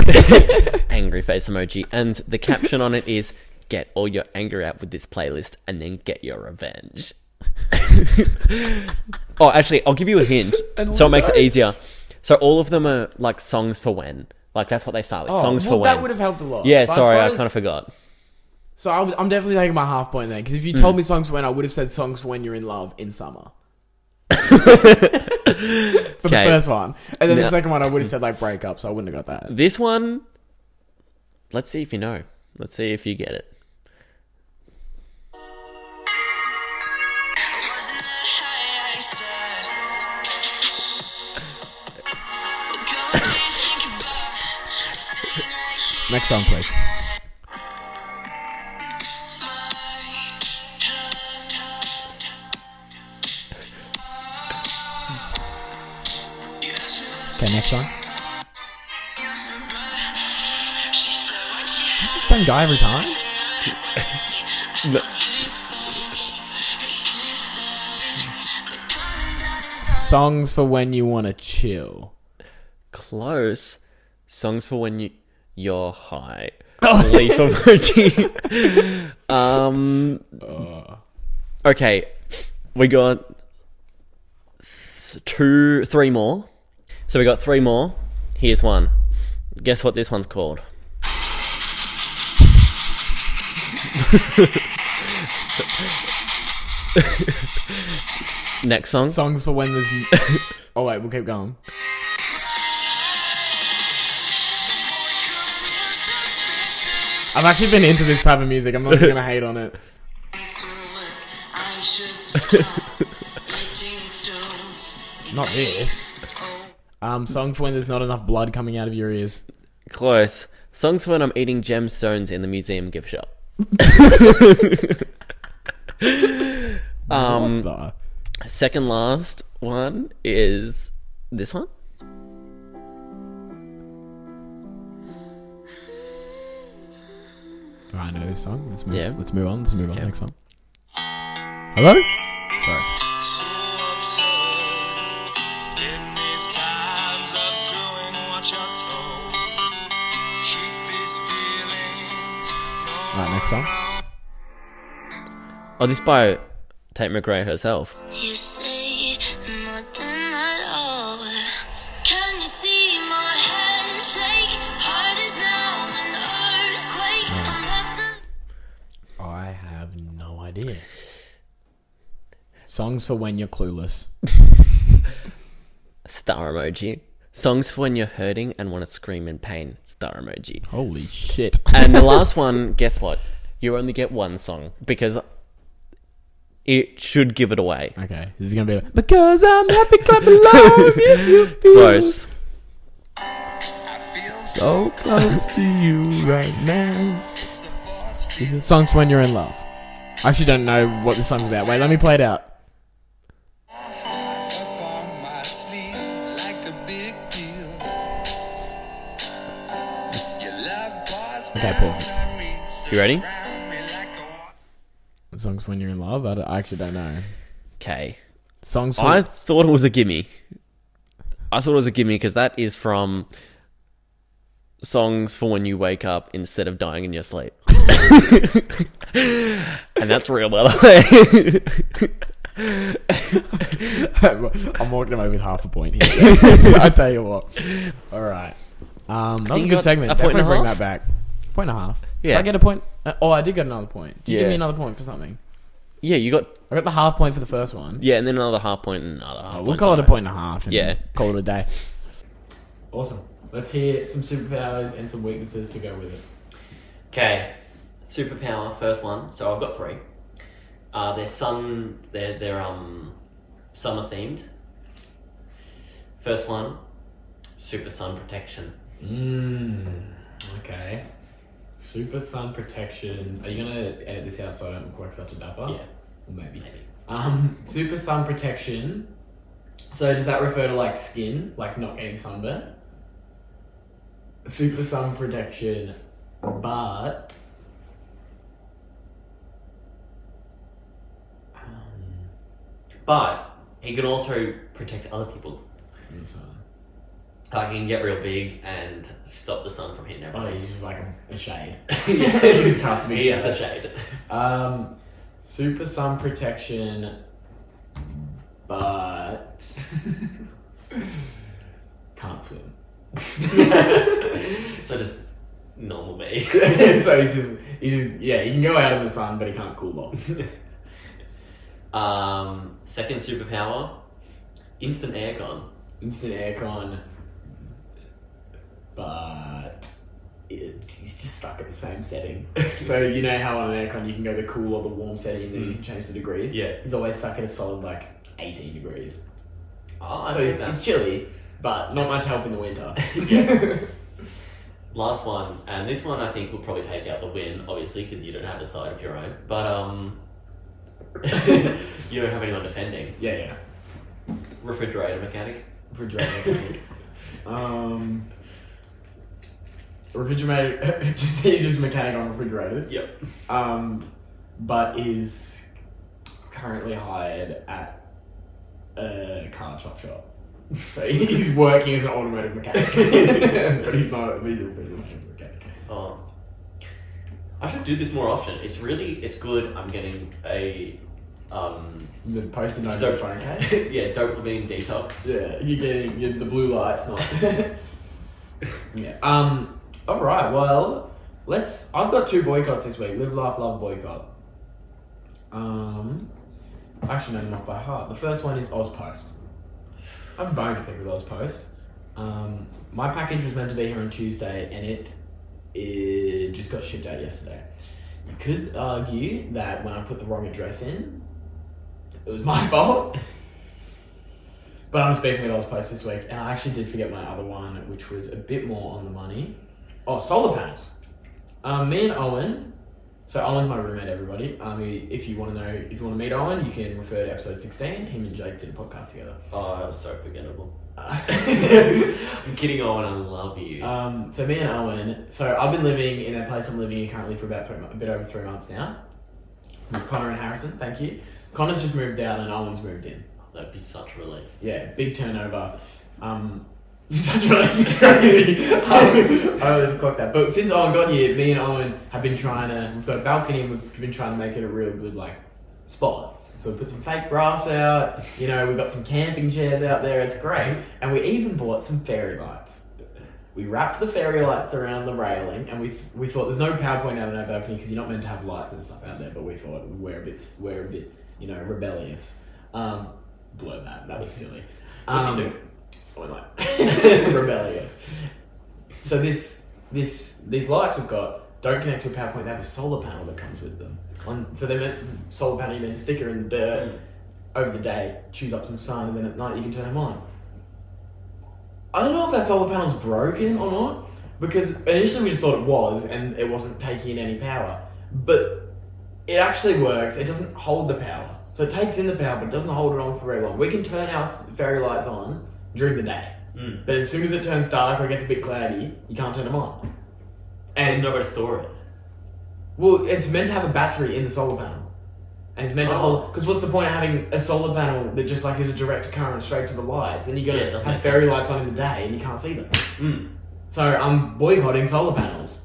S2: Angry face emoji, and the caption on it is "Get all your anger out with this playlist, and then get your revenge." oh, actually, I'll give you a hint, so it makes it easier. So all of them are like songs for when, like that's what they start with. songs
S1: Oh, well,
S2: for when.
S1: That would have helped a lot.
S2: yeah,
S1: But
S2: sorry, I,
S1: suppose-
S2: kind of forgot.
S1: So I'm, I'm definitely taking my half point there because
S2: Hmm.
S1: if you told me songs for when, I would have said songs for when you're in love in summer. for
S2: Okay.
S1: the first one, and then
S2: Now-
S1: the second one, I would have said like breakup, so I wouldn't have got that.
S2: This one, let's see if you know. Let's see if you get it.
S4: Wasn't that high, I said. Girl, what do you think about staying right here?
S1: Next song, please.
S4: You asked me what
S1: Okay, next song.
S4: I'm feeling, but she said, what you have
S1: Same guy every time. Songs for when you want to chill.
S2: Close. Songs for when you you're high. Leaf emoji. um. Okay, we got th- two, three more. So we got three more. Here's one. Guess what this one's called? Next song.
S1: Songs for when there's. oh wait, we'll keep going. I've actually been into this type of music. I'm not even gonna hate on it.
S4: I should stop eating stones.
S1: Not this.
S4: Oh.
S1: Um, song for when there's not enough blood coming out of your ears.
S2: Close. Songs when I'm eating gemstones in the museum gift shop.
S1: Um,
S2: Second last one is this one.
S1: I know this song. Let's move.
S2: Yeah.
S1: Let's move on. Let's move on. Next song. Hello. Sorry.
S4: So absurd in these times of doing what you're told. Keep these feelings. No
S1: All right, next song.
S2: Oh, this by Tate McRae herself.
S4: You say more than oh. I
S1: Songs for when you're clueless.
S2: Star emoji. Songs for when you're hurting and want to scream in pain. Star emoji.
S1: Holy shit.
S2: And the last one, guess what? You only get one song because it should give it away.
S1: Okay, this is gonna be like, because I'm happy, clap along if you feel
S2: Close.
S4: I
S1: so
S4: feel
S1: close to you right now.
S4: it's a force field.
S1: Songs for when you're in love. I actually don't know what the song's about. Wait, let me play it out.
S4: up on my sleeve like a big deal. Your love bars
S1: Okay,
S4: down
S1: pause.
S4: on me,
S2: You ready?
S4: surround me like a wa-
S1: Songs for when you're in love. I, don't- I actually don't know.
S2: Okay.
S1: Songs for
S2: I thought it was a gimme. I thought it was a gimme because that is from songs for when you wake up instead of dying in your sleep. and that's real, by the way.
S1: I'm walking away with half a point here. I tell you what. All right. Um, that was a
S2: you
S1: good
S2: got
S1: segment.
S2: a point and
S1: Definitely
S2: a
S1: bring
S2: half?
S1: that back. Point and a half. Did
S2: Yeah.
S1: I get a point. Uh, oh, I did get another point. Did you give
S2: Yeah.
S1: me another point for something?
S2: yeah, you got
S1: I got the half point for the first one.
S2: yeah, and then another half point and another half.
S1: We'll call it a point and a half. And
S2: Yeah.
S1: Call it a day. Awesome. Let's hear some superpowers and some weaknesses to go with it.
S5: Okay, superpower first one. So I've got three. Uh, they're sun. They're they're um summer themed. First one, super sun protection.
S1: Mmm. Okay. Super sun protection. Are you gonna edit this out so I don't look like such a duffer?
S5: Yeah,
S1: Or maybe.
S5: maybe.
S1: Um, super sun protection. So does that refer to like skin, like not getting sunburn? Super sun protection, but. Um,
S5: But he can also protect other people.
S1: what's that?
S5: Like he can get real big and stop the sun from hitting
S1: Oh,
S5: everyone.
S1: he's just like a, a shade.
S5: yeah,
S1: He just cast a big
S5: He is the
S1: shadow.
S5: shade.
S1: Um, super sun protection, but can't swim.
S5: so just normal me.
S1: so he's just, he's just, yeah, he can go out in the sun, but he can't cool off.
S5: um, second superpower, instant aircon.
S1: Instant aircon, but it- he's just stuck at the same setting. So you know how on an aircon you can go the cool or the warm setting, and then you
S5: Mm.
S1: can change the degrees.
S5: Yeah.
S1: He's always stuck at a solid like eighteen degrees.
S5: Oh, I
S1: so
S5: think
S1: it's,
S5: that's-
S1: it's chilly, but not much help in the winter.
S5: Yeah. Last one, and this one I think will probably take out the win, obviously, because you don't have a side of your own. But um, you don't have anyone defending.
S1: yeah, yeah.
S5: Refrigerator mechanic.
S1: Refrigerator. um, refrigerator. just he's just a mechanic on refrigerators.
S5: Yep.
S1: um, but is currently hired at a car chop shop. So he's working as an automotive mechanic, but he's not. He's a automotive mechanic.
S5: Um, I should do this more often. It's really, it's good. I'm getting a um,
S1: The post and
S5: dope-
S1: phone case.
S5: yeah, dopamine detox.
S1: Yeah, you're getting you the blue lights, not. yeah. Um. All right. Well, let's. I've got two boycotts this week. Live, laugh, love boycott. Um. I actually know them off by heart. The first one is Ozpost. I'm boned to pick with Ozpost. Um, my package was meant to be here on Tuesday, and it it just got shipped out yesterday. You could argue that when I put the wrong address in, it was my fault. But I'm speaking with Oz Post this week, and I actually did forget my other one, which was a bit more on the money. Oh, solar panels. Um, me and Owen. So Owen's my roommate, everybody. Um, he- if you want to know, if you want to meet Owen, you can refer to episode 16. Him and Jake did a podcast together.
S5: Oh, that was so forgettable.
S1: Uh,
S5: I'm kidding, Owen. I love you.
S1: Um, so me and Owen, so I've been living in a place I'm living in currently for about three, mo- a bit over three months now. With Connor and Harrison, thank you. Connor's just moved out and Owen's moved in.
S5: That'd be such a relief.
S1: Yeah, big turnover. Um, such a it's crazy. Um, I always clocked that. But since Owen got here, me and Owen have been trying to. We've got a balcony and we've been trying to make it a real good like spot. So we put some fake grass out. You know, we've got some camping chairs out there. It's great, and we even bought some fairy lights. We wrapped the fairy lights around the railing, and we th- we thought there's no PowerPoint out on our balcony because you're not meant to have lights and stuff out there. But we thought we're a bit we're a bit you know rebellious. Um, blow that. That was silly.
S2: can
S1: Um,
S2: do.
S1: or not. rebellious. So this this these lights we've got don't connect to a power point. They have a solar panel that comes with them. On so they're meant solar panel. You meant to stick her in the dirt over the day, choose up some sun, and then at night you can turn them on. I don't know if that solar panel's broken or not because initially we just thought it was, and it wasn't taking in any power, but it actually works. It doesn't hold the power. So it takes in the power, but it doesn't hold it on for very long. We can turn our s- fairy lights on during the day.
S2: Mm.
S1: But as soon as it turns dark or gets a bit cloudy, you can't turn them on.
S2: There's
S1: And
S2: nowhere to store it.
S1: well, it's meant to have a battery in the solar panel, and it's meant to
S2: Oh.
S1: hold. Because what's the point of having a solar panel that just like is a direct current straight to the lights? Then you're
S2: Yeah, it
S1: gonna
S2: doesn't
S1: have
S2: make
S1: fairy lights on in the day, and you can't see them.
S2: Mm.
S1: So I'm boycotting solar panels.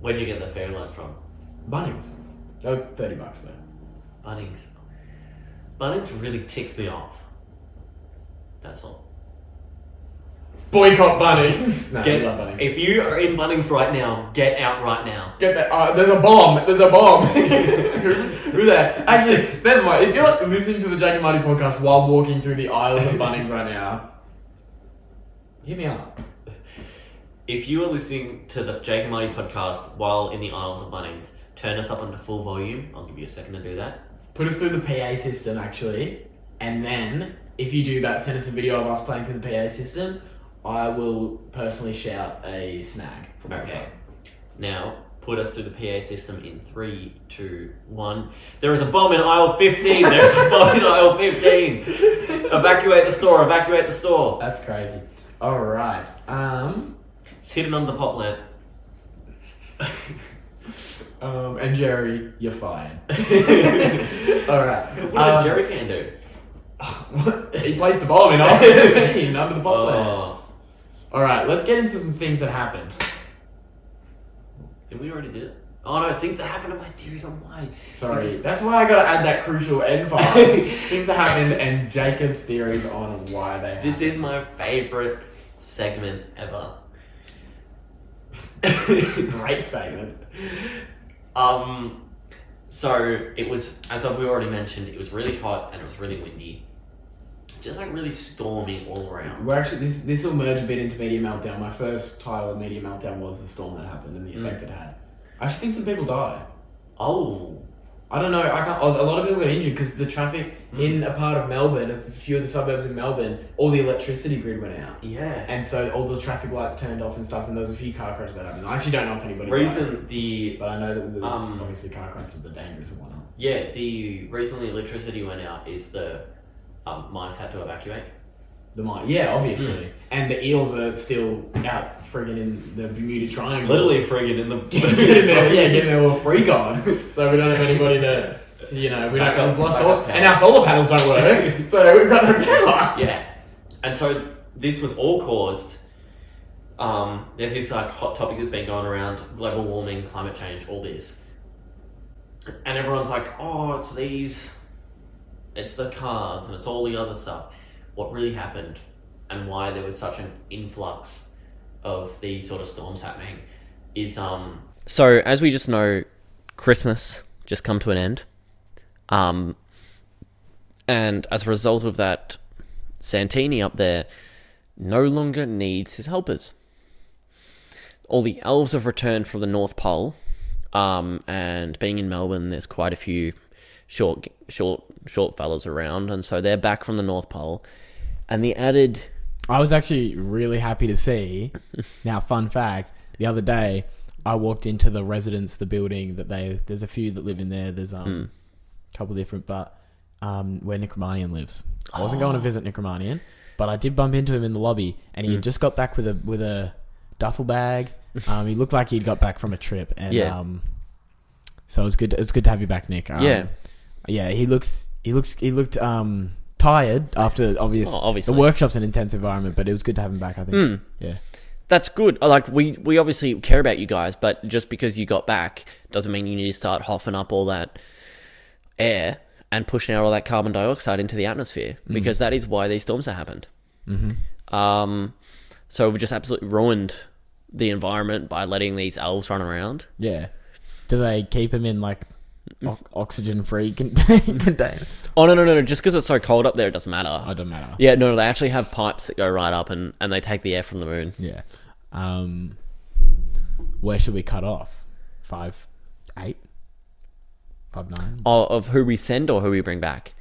S2: Where'd you get the fairy lights from?
S1: Bunnings. Oh, 30 bucks though.
S2: Bunnings. Bunnings really ticks me off. That's all.
S1: Boycott Bunnings! No,
S2: Get-
S1: I love Bunnings.
S2: If you are in Bunnings right now, get out right now.
S1: Get that. Uh, there's a bomb. There's a bomb. Who there? Actually, never mind. If you're listening to the Jack and Marty podcast while walking through the aisles of Bunnings right now, hit me up.
S2: If you are listening to the Jake and Marty podcast while in the aisles of Bunnings, turn us up onto full volume. I'll give you a second to do that.
S1: Put us through the PA system, actually. And then, if you do that, send us a video of us playing through the PA system. I will personally shout a snag. From my
S2: Okay.
S1: phone.
S2: Now, put us through the PA system in three, two, one. There is a bomb in aisle 15. There's a bomb in aisle 15. Evacuate the store. Evacuate the store.
S1: That's crazy. All right. Um.
S2: It's hidden under the pop lamp.
S1: Um, and Jerry, you're fired. All
S2: what
S1: right.
S2: did
S1: Um,
S2: Jerry can do?
S1: he placed the bomb in after the team, under the bomb.
S2: Oh,
S1: All right, let's get into some things that happened.
S2: did we already do it? Oh no, things that happen to my theories online.
S1: Sorry, that's why I gotta add that crucial end part. things that happened and Jacob's theories on why they.
S2: This
S1: happened.
S2: is my favorite segment ever.
S1: great statement.
S2: Um, so it was, as I've already mentioned, it was really hot and it was really windy, just like really stormy all around.
S1: We're actually this this will merge a bit into media meltdown. My first title of media meltdown was the storm that happened and the effect
S2: Mm.
S1: it had. I actually think some people died.
S2: Oh,
S1: I don't know. I can't. A lot of people got injured because the traffic
S2: Mm.
S1: in a part of Melbourne, a few of the suburbs in Melbourne, all the electricity grid went out.
S2: yeah.
S1: And so all the traffic lights turned off and stuff, and there was a few car crashes that happened. I actually don't know if anybody died,
S2: Reason the
S1: but I know that there was
S2: Um,
S1: obviously car crashes are dangerous and whatnot.
S2: yeah the reason the electricity went out is the um, mice had to evacuate.
S1: The mine, yeah, obviously.
S2: Hmm.
S1: And the eels are still out friggin' in the Bermuda Triangle.
S2: friggin' in
S1: Getting their- yeah, getting their little freak on. So we don't have anybody to, to, you know, we
S2: Back
S1: don't
S2: up-
S1: have lost
S2: back
S1: all,
S2: up power.
S1: and our solar panels don't work, so we've got no power.
S2: Yeah. And so this was all caused. Um, there's this like hot topic that's been going around global warming, climate change, all this. And everyone's like, oh, it's these, it's the cars, and it's all the other stuff. What really happened, and why there was such an influx of these sort of storms happening, is um,
S6: So, as we just know, Christmas just come to an end. Um, and as a result of that, Santini up there no longer needs his helpers. All the elves have returned from the North Pole. Um, and being in Melbourne, there's quite a few short, short, short fellas around, and so they're back from the North Pole. And the added
S1: I was actually really happy to see. now, fun fact: the other day, I walked into the residence, the building that they. There's a few that live in there. There's um,
S6: Hmm.
S1: a couple different, but um, where Necromanian lives. I wasn't
S6: Oh.
S1: going to visit Necromanian, but I did bump into him in the lobby, and
S6: Hmm.
S1: he had just got back with a with a duffel bag. Um, he looked like he'd got back from a trip, and
S6: Yeah.
S1: um, so it was good. It's good to have you back, Nick. Um,
S6: Yeah.
S1: yeah. He looks. He looks. He looked. Um, tired after obvious
S6: Oh, obviously.
S1: the workshop's an intense environment but it was good to have him back i think yeah
S6: that's good. Uh, Like we we obviously care about you guys, but just because you got back doesn't mean you need to start hoffing up all that air and pushing out all that carbon dioxide into the atmosphere because that is why these storms have happened. Mm-hmm. Um, so we've just absolutely ruined the environment by letting these elves run around.
S1: yeah do they keep him in like o- oxygen-free contain- container.
S2: Oh no no no no! Just because it's so cold up there, it doesn't matter.
S1: I don't matter.
S2: Yeah, no, no, they actually have pipes that go right up and, and they take the air from the moon.
S1: Yeah. Um, where should we cut off? Five, eight, five, nine.
S2: Oh, of who we send or who we bring back.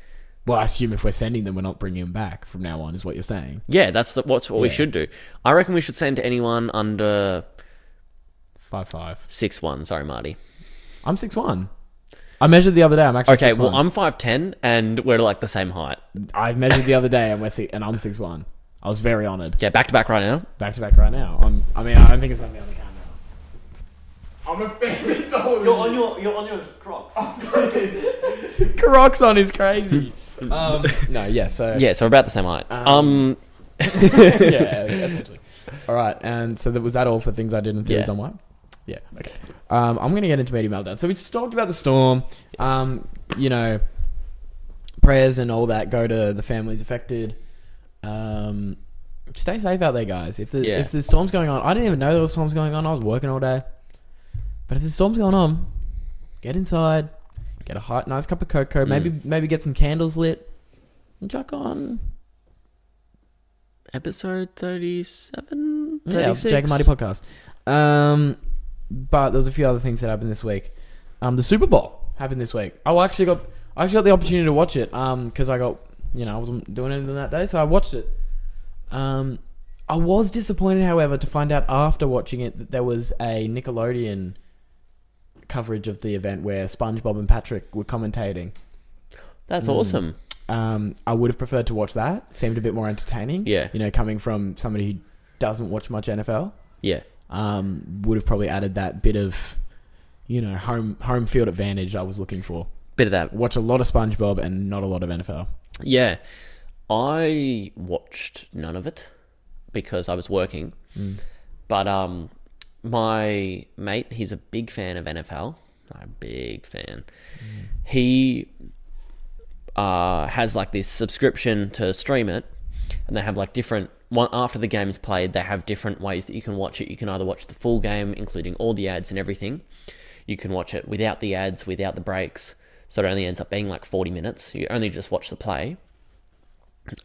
S1: Well, I assume if we're sending them, we're not bringing them back from now on. Is what you're saying?
S2: Yeah, that's the, what's what we
S1: Yeah.
S2: should do. I reckon we should send anyone under
S1: Five, five.
S2: six one. Sorry, Marty.
S1: I'm six one. I measured the other day. I'm actually
S2: Okay,
S1: 6'1".
S2: well I'm five ten and we're like the same height.
S1: I measured the other day, and we're six, and I'm six one. I was very honoured.
S2: Yeah, back to back right now.
S1: Back to back right now. I'm, I mean, I don't think it's gonna be on the camera. I'm a fair bit taller.
S5: You're on your you're on your Crocs.
S1: Crocs on is crazy. Um, no, yeah. So
S2: Yeah, so we're about the same height. Um,
S1: yeah, essentially. All right, and so that was that all for things I did and theories
S2: Yeah.
S1: on why. Yeah. Okay. Um, I'm gonna get into media meltdown. So we just talked about the storm. Um, you know, prayers and all that go to the families affected. Um, stay safe out there, guys. If the
S2: Yeah.
S1: if the storm's going on, I didn't even know there was storms going on. I was working all day, but if the storm's going on, get inside, get a hot, nice cup of cocoa. Maybe maybe get some candles lit. And chuck on
S2: episode 37?
S1: Yeah, it was Jake and Marty podcast. Um, but there was a few other things that happened this week. Um, the Super Bowl happened this week. Oh, I actually got I actually got the opportunity to watch it. Um, because I got you know I wasn't doing anything that day, so I watched it. Um, I was disappointed, however, to find out after watching it that there was a Nickelodeon coverage of the event where SpongeBob and Patrick were commentating.
S2: That's awesome.
S1: Um, I would have preferred to watch that. Seemed a bit more entertaining.
S2: Yeah.
S1: you know, coming from somebody who doesn't watch much NFL
S2: Yeah.
S1: um, would have probably added that bit of, you know, home home field advantage I was looking for.
S2: Bit of that.
S1: Watch a lot of SpongeBob and not a lot of NFL.
S2: Yeah. I watched none of it because I was working.
S1: Mm.
S2: But um my mate, he's a big fan of NFL. A big fan.
S1: Mm.
S2: He uh has like this subscription to stream it and they have like different one after the game is played, they have different ways that you can watch it. You can either watch the full game including all the ads and everything. You can watch it without the ads, without the breaks. So it only ends up being like 40 minutes. You only just watch the play.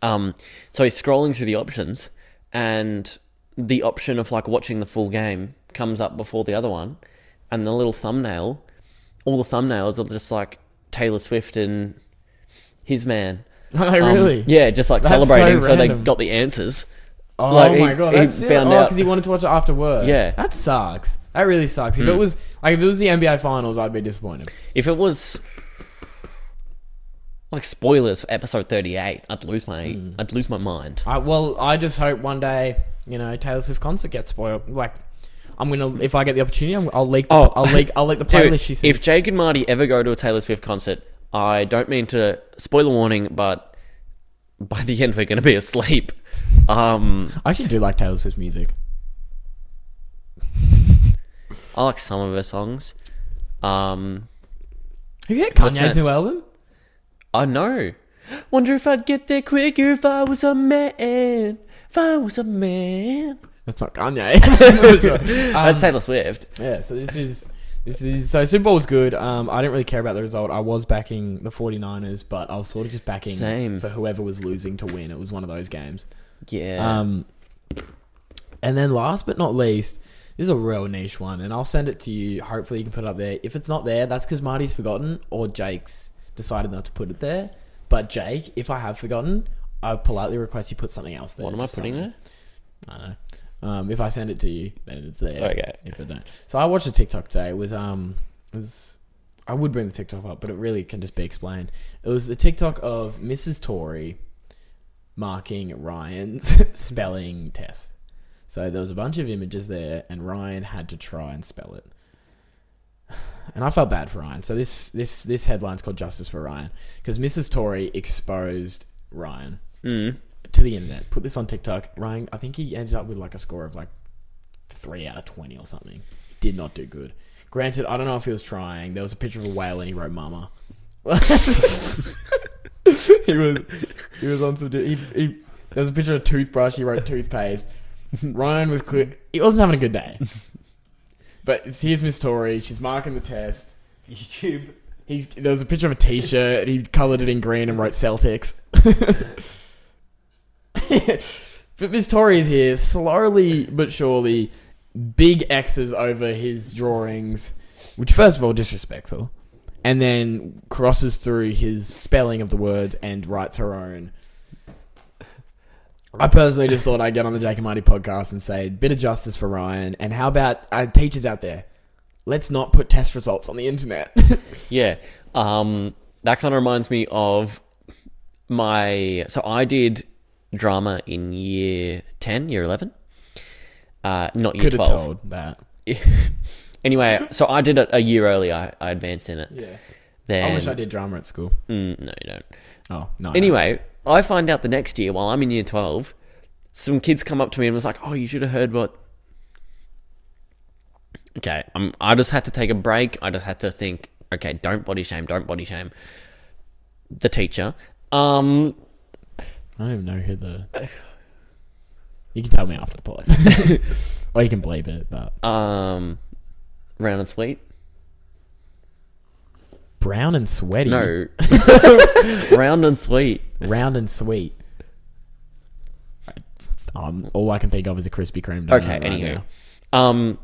S2: Um, so he's scrolling through the options, and the option of like watching the full game comes up before the other one, and the little thumbnail, all the thumbnails are just like Taylor Swift and his man.
S1: Oh,
S2: Um,
S1: really?
S2: Yeah, just like
S1: That's so
S2: celebrating. So, they
S1: random.
S2: got the answers.
S1: Oh
S2: Like,
S1: my
S2: he-
S1: god,
S2: he
S1: that's it.
S2: found
S1: oh,
S2: out-
S1: because he wanted to watch it after work.
S2: Yeah. Hmm.
S1: that sucks. That really sucks. If it was like if it was the NBA Finals, I'd be disappointed.
S2: If it was like spoilers for episode thirty-eight, I'd lose my
S1: Hmm.
S2: I'd lose my mind.
S1: I, well, I just hope one day you know Taylor Swift concert gets spoiled. Like, I'm gonna if I get the opportunity, I'm, I'll leak. The,
S2: Oh.
S1: I'll leak. I'll leak the
S2: Dude,
S1: playlist. she sings.
S2: if Jake and Marty ever go to a Taylor Swift concert, I don't mean to spoiler warning, but by the end we're going to be asleep. Um,
S1: I actually do like Taylor Swift music.
S2: I like some of her songs. Um,
S1: Have you heard
S2: What's
S1: Kanye's
S2: that?
S1: new album?
S2: I know. Wonder if I'd get there quicker if I was a man. If I was a man.
S1: That's not Uh, Kanye.
S2: That's Taylor Swift.
S1: Yeah, so this is this is so Super Bowl was good. Um, I didn't really care about the result. I was backing the 49ers, but I was sort of just backing
S2: Same.
S1: for whoever was losing to win. It was one of those games.
S2: Yeah.
S1: Um, and then last but not least, this is a real niche one, and I'll send it to you. Hopefully, you can put it up there. If it's not there, that's because Marty's forgotten or Jake's decided not to put it there. But Jake, if I have forgotten, I politely request you put something else there.
S2: what am I
S1: Just
S2: putting
S1: something.
S2: there?
S1: I don't know. Um, if I send it to you, then it's there.
S2: Okay.
S1: If I don't, so I watched a TikTok today. It was um, it was I would bring the TikTok up, but it really can just be explained. It was the TikTok of Mrs. Tory marking Ryan's spelling test. So there was a bunch of images there, and Ryan had to try and spell it. And I felt bad for Ryan. So this this this headline's called "Justice for Ryan" because Mrs. Tory exposed Ryan to the internet. Put this on TikTok. Ryan, I think he ended up with like a score of like three out of twenty or something. Did not do good. Granted, I don't know if he was trying. There was a picture of a whale and he wrote "mama." he was he was on some. He, he, there was a picture of a toothbrush. He wrote toothpaste. Ryan was clear. He wasn't having a good day. But here's Miss Tory. She's marking the test.
S5: YouTube
S1: He's, there was a picture of a T-shirt. He coloured it in green and wrote Celtics. but Miss Torrey is here, slowly but surely, big X's over his drawings, which first of all disrespectful, and then crosses through his spelling of the words and writes her own. I personally just thought I'd get on the Jake and Marty podcast and say bit of justice for Ryan, and how about uh, teachers out there? Let's not put test results on the internet.
S2: Yeah. Um, that kind of reminds me of my. So I did drama in year 10, year 11. Uh, not year
S1: Could have
S2: 12.
S1: told that.
S2: anyway, so I did it a year earlier. I, I advanced in it.
S1: Yeah.
S2: Then,
S1: I wish I did drama at school.
S2: Mm, no, you don't.
S1: Oh no.
S2: Anyway, I find out the next year while I'm in year 12, some kids come up to me and was like, "Oh, you should have heard what." Okay, um, I just had to take a break. I just had to think. Okay, don't body shame. Don't body shame. The teacher. Um,
S1: I don't even know who the. You can tell me after the pod, or you can bleep it. But
S2: um, round and sweet.
S1: brown and sweaty.
S2: No, round and sweet.
S1: round and sweet. Um, all I can think of is a Krispy Kreme. donut
S2: Okay,
S1: right
S2: anywho.
S1: now.
S2: Um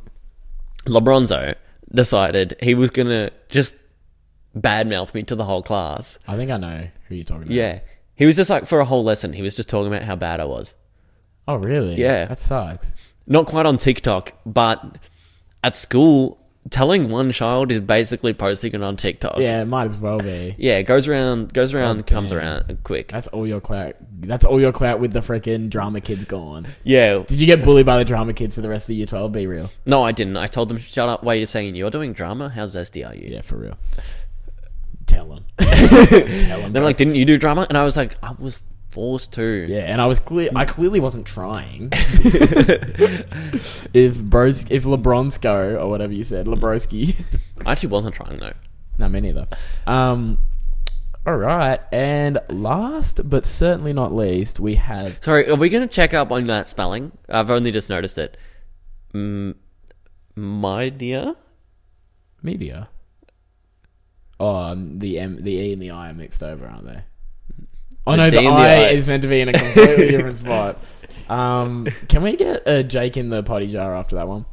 S2: Lebronzo decided he was gonna just badmouth me to the whole class.
S1: I think I know who you're talking about.
S2: Yeah. He was just like for a whole lesson, he was just talking about how bad I was.
S1: Oh really?
S2: Yeah.
S1: That sucks.
S2: Not quite on TikTok, but at school, telling one child is basically posting it on TikTok.
S1: Yeah, it might as well be.
S2: Yeah, it goes around goes around,
S1: God
S2: comes
S1: damn.
S2: around quick.
S1: That's all your clout. That's all your clout with the freaking drama kids gone.
S2: Yeah.
S1: Did you get bullied by the drama kids for the rest of year twelve? Be real.
S2: No, I didn't. I told them, Shut up, wait a second, you're doing drama? How zesty are you?
S1: Yeah, for real. Tell them. Tell them.
S2: They're like, Didn't you do drama? And I was like, I was forced to.
S1: yeah, and I was clear. I clearly wasn't trying. if Bros, if Lebronsko or whatever you said, Lebroski.
S2: I actually wasn't trying though.
S1: no, me neither. Um. All right, and last but certainly not least, we have
S2: Sorry, are we going to check up on that spelling? I've only just noticed it. Mm, my dear?
S1: media. Oh, um, the M, the E and the I are mixed over, aren't they? Oh no,
S2: D
S1: the,
S2: and the
S1: I,
S2: I.
S1: is meant to be in a completely different spot. Um, can we get a Jake in the potty jar after that one?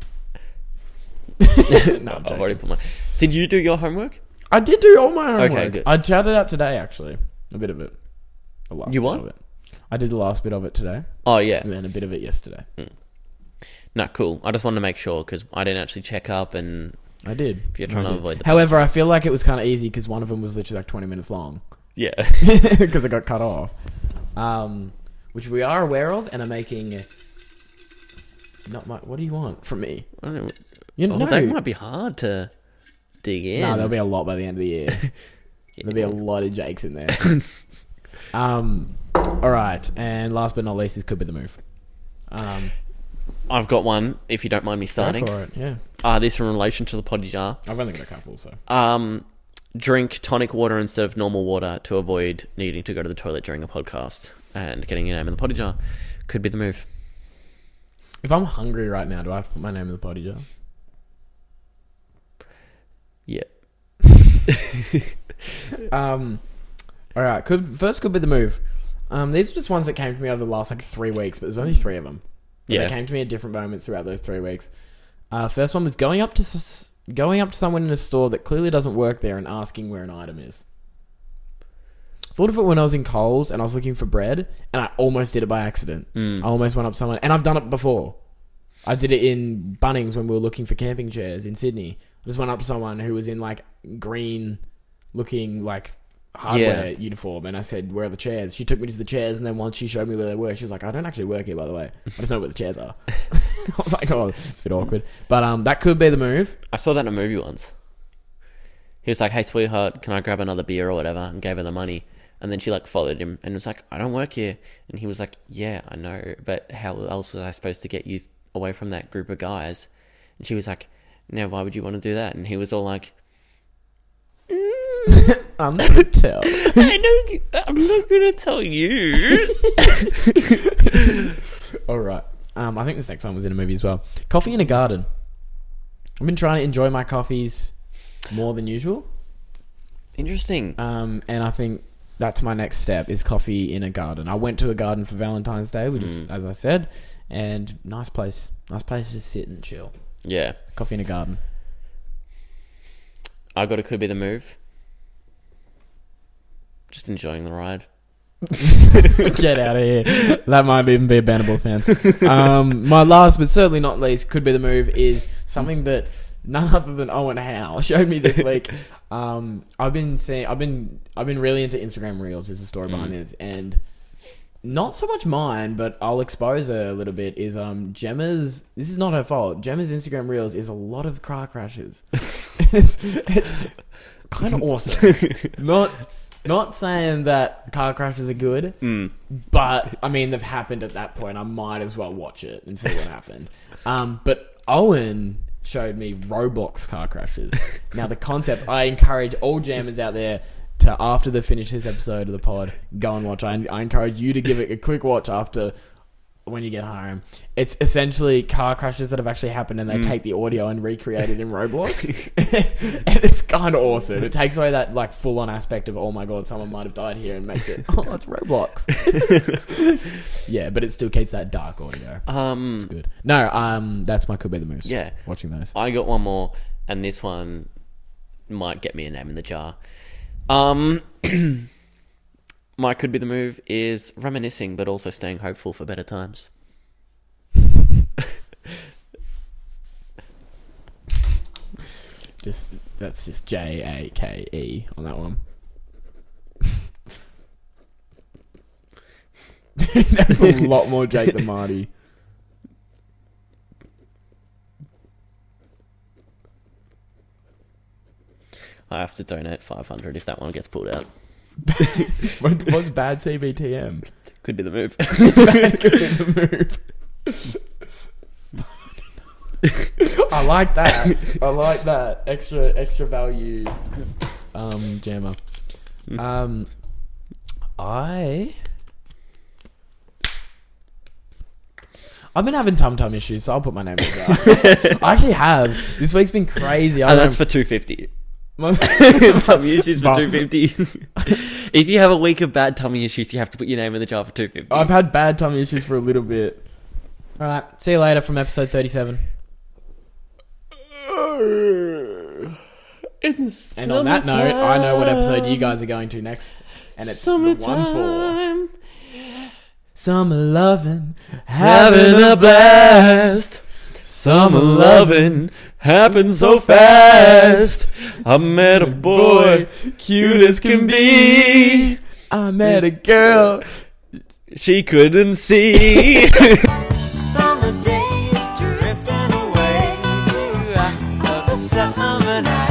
S1: no, I'm
S2: I've already
S1: joking.
S2: put my. Did you do your homework?
S1: I did do all my homework.
S2: Okay, good.
S1: I chatted out today, actually, a bit of it. A last
S2: You
S1: bit
S2: what?
S1: of it. I did the last bit of it today,
S2: Oh, yeah.
S1: and then a bit of it yesterday.
S2: Mm. No, cool. I just wanted to make sure because I didn't actually check up and
S1: I did.
S2: you're trying
S1: I
S2: to
S1: did.
S2: avoid the-
S1: However, I feel like it was kind of easy because one of them was literally like 20 minutes long.
S2: yeah.
S1: because it got cut off. Um, which we are aware of and are making. Not my. What do you want from me?
S2: I don't know.
S1: You
S2: Oh,
S1: know,
S2: That might be hard to dig in.
S1: Nah, there'll be a lot by the end of the year. there'll be a lot of Jakes in there. um, all right, and last but not least is could be the move. Um,
S2: I've got one. If you don't mind me
S1: go
S2: starting,
S1: for it. Yeah,
S2: uh, this in relation to the potty jar.
S1: I've only got a couple, so
S2: Um, drink tonic water instead of normal water to avoid needing to go to the toilet during a podcast and getting your name in the potty jar could be the move.
S1: if I'm hungry right now, do I have to put my name in the potty jar?
S2: Yeah.
S1: Um, all right. Could first could be the move. Um, these are just ones that came to me over the last like three weeks, but there's only three of them. But
S2: Yeah.
S1: They came to me at different moments throughout those three weeks. Uh, first one was going up to s- going up to someone in a store that clearly doesn't work there and asking where an item is. Thought of it when I was in Coles and I was looking for bread, and I almost did it by accident. I almost went up to someone, and I've done it before. I did it in Bunnings when we were looking for camping chairs in Sydney. I just went up to someone who was in like green looking like hardware
S2: Yeah.
S1: uniform and I said, Where are the chairs? She took me to the chairs and then once she showed me where they were, she was like, I don't actually work here by the way. I just know where the chairs are. I was like, Oh, it's a bit awkward. But um that could be the move.
S2: I saw that in a movie once. He was like, "Hey, sweetheart, can I grab another beer or whatever?" and gave her the money. And then she like followed him and was like, "I don't work here." And he was like, "Yeah, I know, but how else was I supposed to get you away from that group of guys?" And she was like, "Now, why would you want to do that?" And he was all like,
S1: I'm never tell.
S2: "I don't, I'm not gonna tell you."
S1: Alright. Um I think this next one was in a movie as well. Coffee in a garden. I've been trying to enjoy my coffees more than usual.
S2: Interesting.
S1: Um, and I think that's my next step is coffee in a garden. I went to a garden for Valentine's Day, which is as I said, and nice place, nice place to sit and chill.
S2: Yeah.
S1: Coffee in a garden.
S2: I got it could be the move. Just enjoying the ride.
S1: Get out of here. That might even be a bannable offense. Um, my last, but certainly not least, could be the move is something that none other than Owen Howe showed me this week. Um, I've been saying, I've been, I've been really into Instagram Reels. Is the story behind this, and not so much mine, but I'll expose her a little bit. Is um Gemma's? This is not her fault. Gemma's Instagram Reels is a lot of car crashes. it's it's kind of awesome. not not saying that car crashes are good, but I mean they've happened at that point. I might as well watch it and see what happened. Um, but Owen showed me Roblox car crashes. now the concept, I encourage all jammers out there to after they finish this episode of the pod, go and watch. I, I encourage you to give it a quick watch after when you get home. It's essentially car crashes that have actually happened and they take the audio and recreate it in Roblox. and it's kind of awesome. It takes away that like full on aspect of oh my god, someone might have died here and makes it oh it's Roblox. yeah, but it still keeps that dark audio.
S2: Um,
S1: Good. No, um that's my could be the moose.
S2: Yeah.
S1: Watching those.
S2: I got one more, and this one might get me a name in the jar. Um, my could be the move is reminiscing, but also staying hopeful for better times.
S1: Just that's just J A K E on that one. that's a lot more Jake than Marty.
S2: I have to donate five hundred if that one gets pulled out.
S1: What, what's bad CBTM?
S2: Could be the move. Uh,
S1: Bad could be the move. I like that. I like that extra extra value. Um, jammer. Um, I. I've been having tum tum issues, so I'll put my name in the jar. I actually have. This week's been crazy. I
S2: and that's
S1: don't-
S2: for two fifty.
S1: my-
S2: tummy issues for
S1: Bum.
S2: two fifty. if you have a week of bad tummy issues, you have to put your name in the jar for two fifty.
S1: I've had bad tummy issues for a little bit. All right. See you later from episode 37. And on that note, I know what episode you guys are going to next. And it's the one for
S2: summertime.
S1: Summer loving,
S2: Having a blast. Summer loving happened so fast. I met a boy, cute as can be.
S1: I met a girl.
S2: She couldn't see.
S7: Summer days drifting away to a summer night.